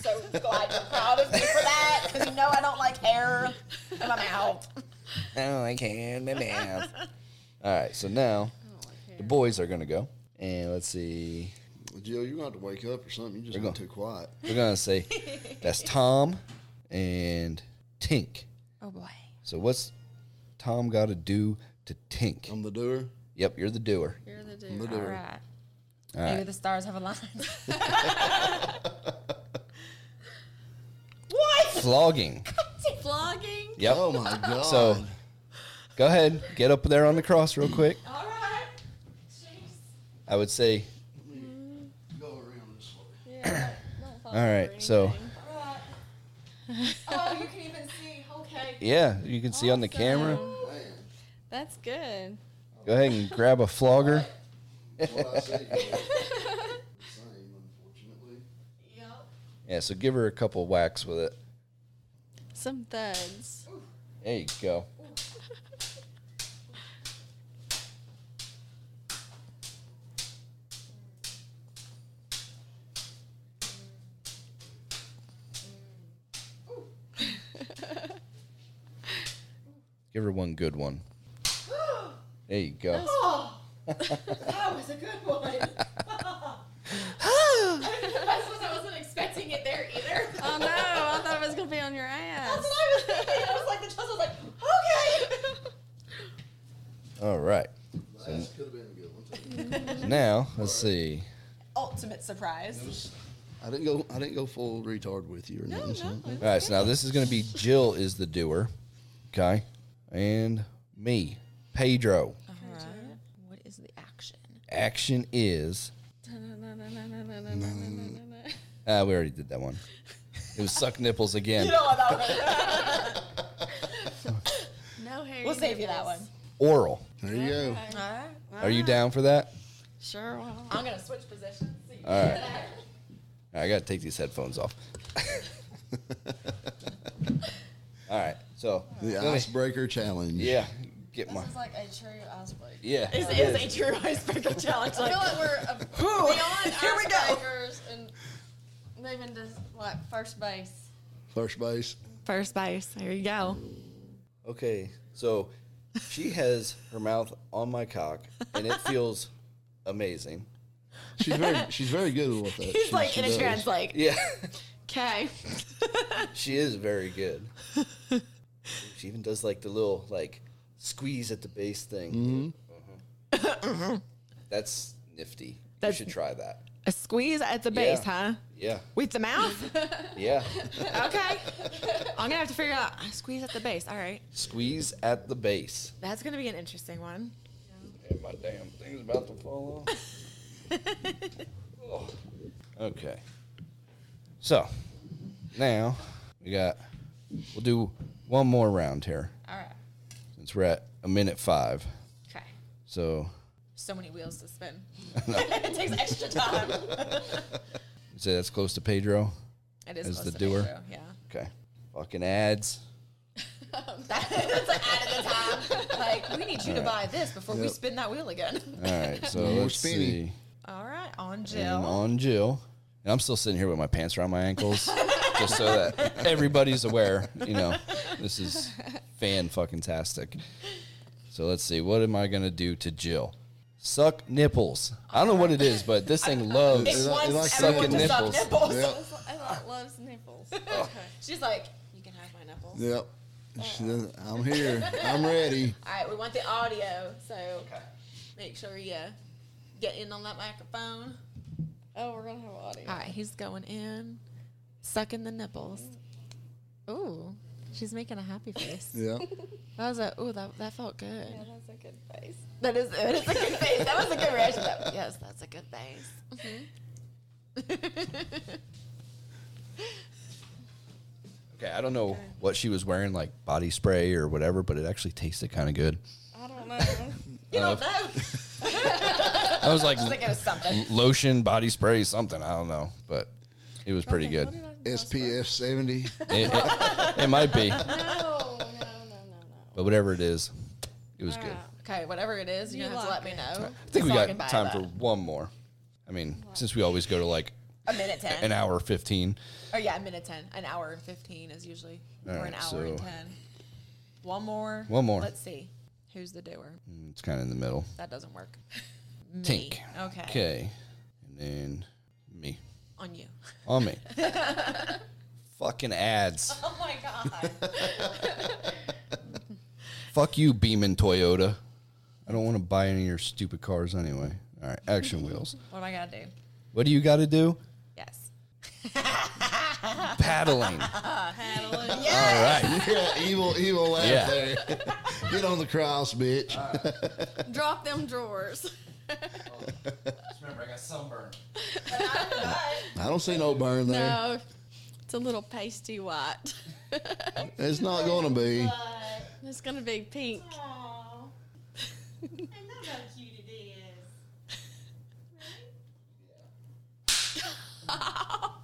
Speaker 2: So glad you're proud of me for that because you know I don't like hair in my mouth.
Speaker 3: Oh, I can't my mouth. All right, so now the boys are gonna go, and let's see.
Speaker 1: Jill, you're going to have to wake up or something. You just
Speaker 3: We're
Speaker 1: got
Speaker 3: going.
Speaker 1: too quiet.
Speaker 3: We're gonna say that's Tom and Tink.
Speaker 2: Oh boy.
Speaker 3: So what's Tom got to do to Tink?
Speaker 1: I'm the doer.
Speaker 3: Yep, you're the doer.
Speaker 5: You're the
Speaker 1: I'm the
Speaker 5: dude.
Speaker 2: All
Speaker 1: doer.
Speaker 2: right. Maybe the stars have a line. what?
Speaker 3: Flogging.
Speaker 5: Flogging.
Speaker 3: Yep.
Speaker 1: Oh, my God.
Speaker 3: So go ahead, get up there on the cross real quick.
Speaker 5: All right.
Speaker 3: I would say,
Speaker 1: Go around this way.
Speaker 5: Yeah, All
Speaker 3: right, so-
Speaker 2: Oh, you can even see. Okay.
Speaker 3: yeah, you can see on the camera.
Speaker 5: That's good.
Speaker 3: Go ahead and grab a flogger.
Speaker 1: That's what I said. Same, unfortunately.
Speaker 3: Yeah, so give her a couple whacks with it.
Speaker 5: Some thuds.
Speaker 3: There you go. Give her one good one. There you go.
Speaker 2: That was a good one. I suppose I wasn't expecting it there either.
Speaker 5: Oh no! I thought it was gonna be on your ass.
Speaker 2: I was thinking. I was like, the chest was like, okay.
Speaker 3: All right.
Speaker 1: That could have been a good one. too.
Speaker 3: Now, let's see.
Speaker 2: Ultimate surprise.
Speaker 1: I didn't go. I didn't go full retard with you or nothing. so-
Speaker 3: All right, so now this is going to be Jill is the doer, okay, and me, Pedro.
Speaker 6: All right. What is the action?
Speaker 3: Action is uh, we already did that one. It was suck nipples again,
Speaker 2: You know what that was.
Speaker 5: No hair.
Speaker 2: We'll save you that one.
Speaker 3: oral.
Speaker 1: There you go.
Speaker 3: Are
Speaker 2: Ah.
Speaker 3: you down for that?
Speaker 5: Sure. why not?
Speaker 2: I'm gonna switch positions.
Speaker 3: All right. I got to take these headphones off. All right. So,
Speaker 1: The
Speaker 3: let me-
Speaker 1: icebreaker challenge.
Speaker 3: yeah, get my.
Speaker 5: This is like a true icebreaker.
Speaker 3: Yeah.
Speaker 2: This is a true icebreaker challenge.
Speaker 5: I
Speaker 2: Like,
Speaker 5: feel like we're a,
Speaker 2: Who?
Speaker 5: beyond
Speaker 2: Here we go.
Speaker 5: icebreakers and moving to like first base.
Speaker 1: First base.
Speaker 6: First base. There you go.
Speaker 3: Okay. So, she has her mouth on my cock, and it feels amazing.
Speaker 1: She's very. she's very good with that.
Speaker 2: he's
Speaker 1: She-
Speaker 2: like
Speaker 1: she
Speaker 2: in a
Speaker 1: does.
Speaker 2: trance, like
Speaker 3: Yeah.
Speaker 6: Okay.
Speaker 3: She is very good. She even does like the little like squeeze at the base thing. Mhm. That's nifty.
Speaker 6: That's-
Speaker 3: you should try that.
Speaker 6: A squeeze at the base,
Speaker 3: Yeah.
Speaker 6: huh?
Speaker 3: Yeah.
Speaker 6: With the mouth?
Speaker 3: Yeah.
Speaker 6: Okay. I'm gonna have to figure out. I squeeze at the base. All right.
Speaker 3: squeeze at the base.
Speaker 6: That's gonna be an interesting one.
Speaker 3: And my damn thing's about to fall off. Oh. Okay. So now we got we'll do one more round here.
Speaker 2: all right,
Speaker 3: Since we're at a minute five.
Speaker 2: okay.
Speaker 3: So
Speaker 2: So many wheels to spin. it takes extra time.
Speaker 3: you say that's close to Pedro.
Speaker 2: It is
Speaker 3: As
Speaker 2: close
Speaker 3: the
Speaker 2: to
Speaker 3: doer.
Speaker 2: Pedro, Yeah.
Speaker 3: Okay. Fucking ads.
Speaker 2: That's like out of the time. Like we need you to buy this before we
Speaker 1: Yep.
Speaker 2: spin that wheel again.
Speaker 3: All right. So
Speaker 1: One more
Speaker 3: let's
Speaker 1: spinny.
Speaker 3: see.
Speaker 2: All right, on
Speaker 3: And
Speaker 2: Jill.
Speaker 3: Mm, on Jill. And I'm still sitting here with my pants around my ankles, just so that everybody's aware. You know, this is fan fucking tastic. So let's see. What am I gonna do to Jill? Suck nipples. I don't know what it is, but this thing
Speaker 2: It
Speaker 3: loves.
Speaker 1: It
Speaker 2: wants
Speaker 1: likes
Speaker 2: everyone
Speaker 3: sucking
Speaker 2: to suck
Speaker 3: nipples.
Speaker 2: nipples.
Speaker 1: Yep.
Speaker 5: I like loves nipples.
Speaker 2: She's like,
Speaker 5: You can have my nipples.
Speaker 1: Yep. She does, I'm here. I'm ready.
Speaker 2: all right, we want the audio, so make sure you get in on that microphone.
Speaker 5: Oh, we're gonna have audio.
Speaker 6: All right. He's going in, sucking the nipples. Ooh. She's making a happy face.
Speaker 1: Yep.
Speaker 6: That was a ooh. That that felt good.
Speaker 5: Yeah, that's a good face.
Speaker 6: That is that is a good face. That was a good reaction. That- yes, that's a good face.
Speaker 3: Okay, I don't know what she was wearing, like body spray or whatever, but it actually tasted kind of good. Uh,
Speaker 5: I don't know.
Speaker 2: You don't know.
Speaker 3: I was like
Speaker 2: I think it was something.
Speaker 3: lotion, body spray, something. I don't know, but it was pretty good.
Speaker 1: SPF 70.
Speaker 3: It, it, it might be,
Speaker 5: No, no, no, no, no.
Speaker 3: but whatever it is, it was good.
Speaker 2: Okay, whatever it is, you're
Speaker 5: You
Speaker 2: gonna have to let
Speaker 5: like it.
Speaker 2: me know.
Speaker 3: I think we
Speaker 2: so
Speaker 3: got
Speaker 2: can buy
Speaker 3: time
Speaker 2: that.
Speaker 3: for one more. I mean, since we always go to like
Speaker 2: a minute ten.
Speaker 3: an hour 15.
Speaker 2: Oh yeah, a minute ten. An hour and fifteen is usually,
Speaker 3: All
Speaker 2: or
Speaker 3: right,
Speaker 2: an hour and
Speaker 3: so-
Speaker 2: ten. One more.
Speaker 3: One more.
Speaker 2: Let's see. Who's the doer?
Speaker 3: It's kind of in the middle.
Speaker 2: That doesn't work.
Speaker 3: Tink.
Speaker 2: Me. Okay.
Speaker 3: Okay. And then me.
Speaker 2: On you.
Speaker 3: On me. Fucking ads.
Speaker 2: Oh my god.
Speaker 3: Fuck you, Beeman Toyota. I don't want to buy any of your stupid cars anyway. All right, action wheels.
Speaker 2: what am I gonna do?
Speaker 3: What do you got to do?
Speaker 2: Yes.
Speaker 3: Paddling. All
Speaker 5: Paddling.
Speaker 3: right.
Speaker 1: Yeah, evil, evil laugh
Speaker 3: Yeah.
Speaker 1: there. Get on the cross, bitch.
Speaker 5: Drop them drawers.
Speaker 3: Remember, I got sunburn.
Speaker 1: I don't see no burn there.
Speaker 5: No, it's a little pasty white.
Speaker 1: It's not going to be.
Speaker 5: It's gonna be pink.
Speaker 2: I'll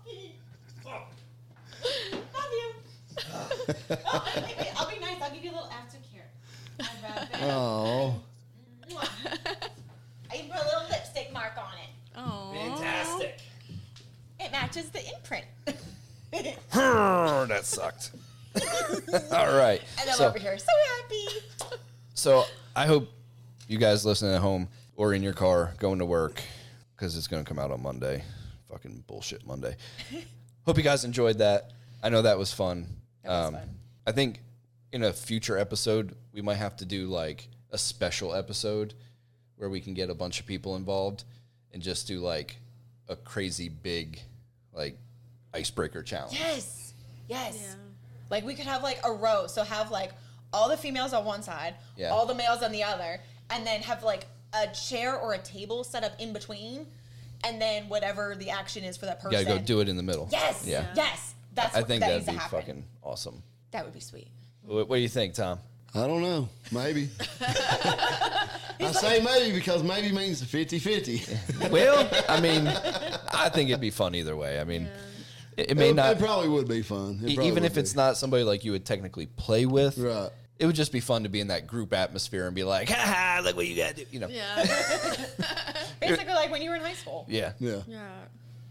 Speaker 2: be nice. I'll give you a little aftercare.
Speaker 1: Oh,
Speaker 2: I even put a little lipstick mark on it.
Speaker 5: Oh,
Speaker 2: It matches the imprint.
Speaker 3: that sucked. All right.
Speaker 2: And I'm
Speaker 3: so-
Speaker 2: over here so happy.
Speaker 3: So I hope you guys listening at home or in your car going to work because it's going to come out on Monday. Fucking bullshit Monday. hope you guys enjoyed that. I know that was fun.
Speaker 2: was
Speaker 3: um,
Speaker 2: fun.
Speaker 3: I think in a future episode, we might have to do like a special episode where we can get a bunch of people involved and just do like a crazy big like icebreaker challenge.
Speaker 2: Yes. Yes.
Speaker 5: Yeah.
Speaker 2: Like we could have like a row. So have like all the females on one side,
Speaker 3: Yeah.
Speaker 2: all the males on the other, and then have like a chair or a table set up in between, and then whatever the action is for that
Speaker 3: You
Speaker 2: person.
Speaker 3: gotta go do it in the middle.
Speaker 2: Yes.
Speaker 3: Yeah.
Speaker 2: Yes. That's
Speaker 3: I
Speaker 2: what-
Speaker 3: think
Speaker 2: that
Speaker 3: that'd
Speaker 2: needs to
Speaker 3: be
Speaker 2: happen.
Speaker 3: fucking awesome.
Speaker 2: That would be sweet.
Speaker 3: What, what do you think, Tom?
Speaker 1: I don't know. Maybe. I say maybe because maybe means 50 50.
Speaker 3: well, I mean, I think it'd be fun either way. I mean, it, it may
Speaker 1: It,
Speaker 3: not,
Speaker 1: probably would be fun. It
Speaker 3: e-
Speaker 1: probably
Speaker 3: even
Speaker 1: would
Speaker 3: if it's
Speaker 1: be.
Speaker 3: not somebody like you would technically play with.
Speaker 1: Right.
Speaker 3: It would just be fun to be in that group atmosphere and be like, ha ha, look what you gotta do, you know?
Speaker 5: Yeah.
Speaker 2: Basically, like when you were in high school.
Speaker 3: Yeah.
Speaker 1: Yeah.
Speaker 5: yeah.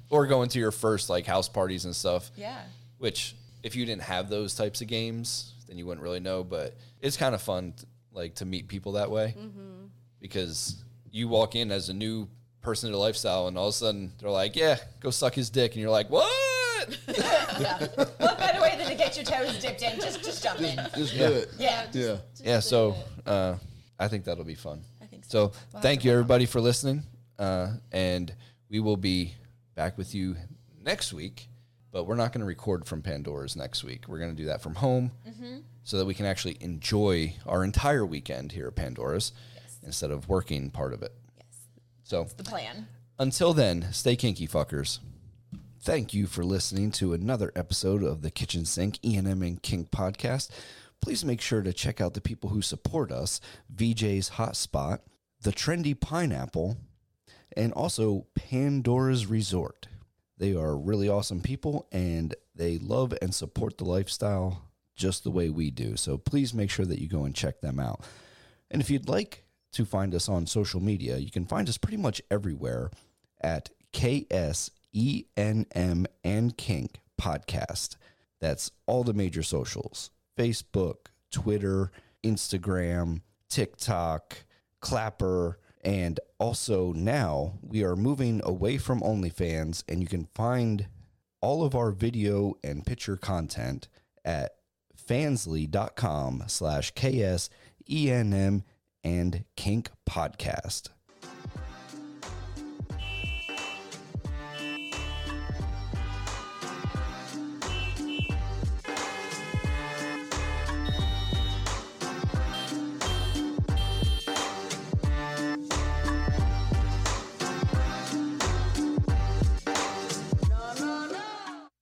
Speaker 3: Or going to your first like house parties and stuff.
Speaker 2: Yeah.
Speaker 3: Which, if you didn't have those types of games, then you wouldn't really know. But it's kind of fun, t- like to meet people that way, because you walk in as a new person to lifestyle, and all of a sudden they're like, "Yeah, go suck his dick," and you're like, "What?"
Speaker 2: What better way than to get your toes dipped in? Just, just jump in.
Speaker 1: Just do it.
Speaker 2: Yeah.
Speaker 1: Yeah.
Speaker 3: yeah. So uh, I think that'll be fun.
Speaker 2: I think so.
Speaker 3: So thank you everybody for listening, uh, and we will be back with you next week. But we're not going to record from Pandora's next week. We're going to do that from home,
Speaker 2: Mm-hmm.
Speaker 3: so that we can actually enjoy our entire weekend here at Pandora's instead of working part of it.
Speaker 2: Yes.
Speaker 3: So
Speaker 2: The plan.
Speaker 3: until then, stay kinky, fuckers. Thank you for listening to another episode of the Kitchen Sink E&M and Kink podcast. Please make sure to check out the people who support us, VJ's Hotspot, The Trendy Pineapple, and also Pandora's Resort. They are really awesome people and they love and support the lifestyle just the way we do. So please make sure that you go and check them out. And if you'd like to find us on social media, you can find us pretty much everywhere at KSENM and Kink Podcast. That's all the major socials Facebook, Twitter, Instagram, TikTok, Clapper. And also now we are moving away from OnlyFans, and you can find all of our video and picture content at E fansly.com slash KSENM and Kink Podcast.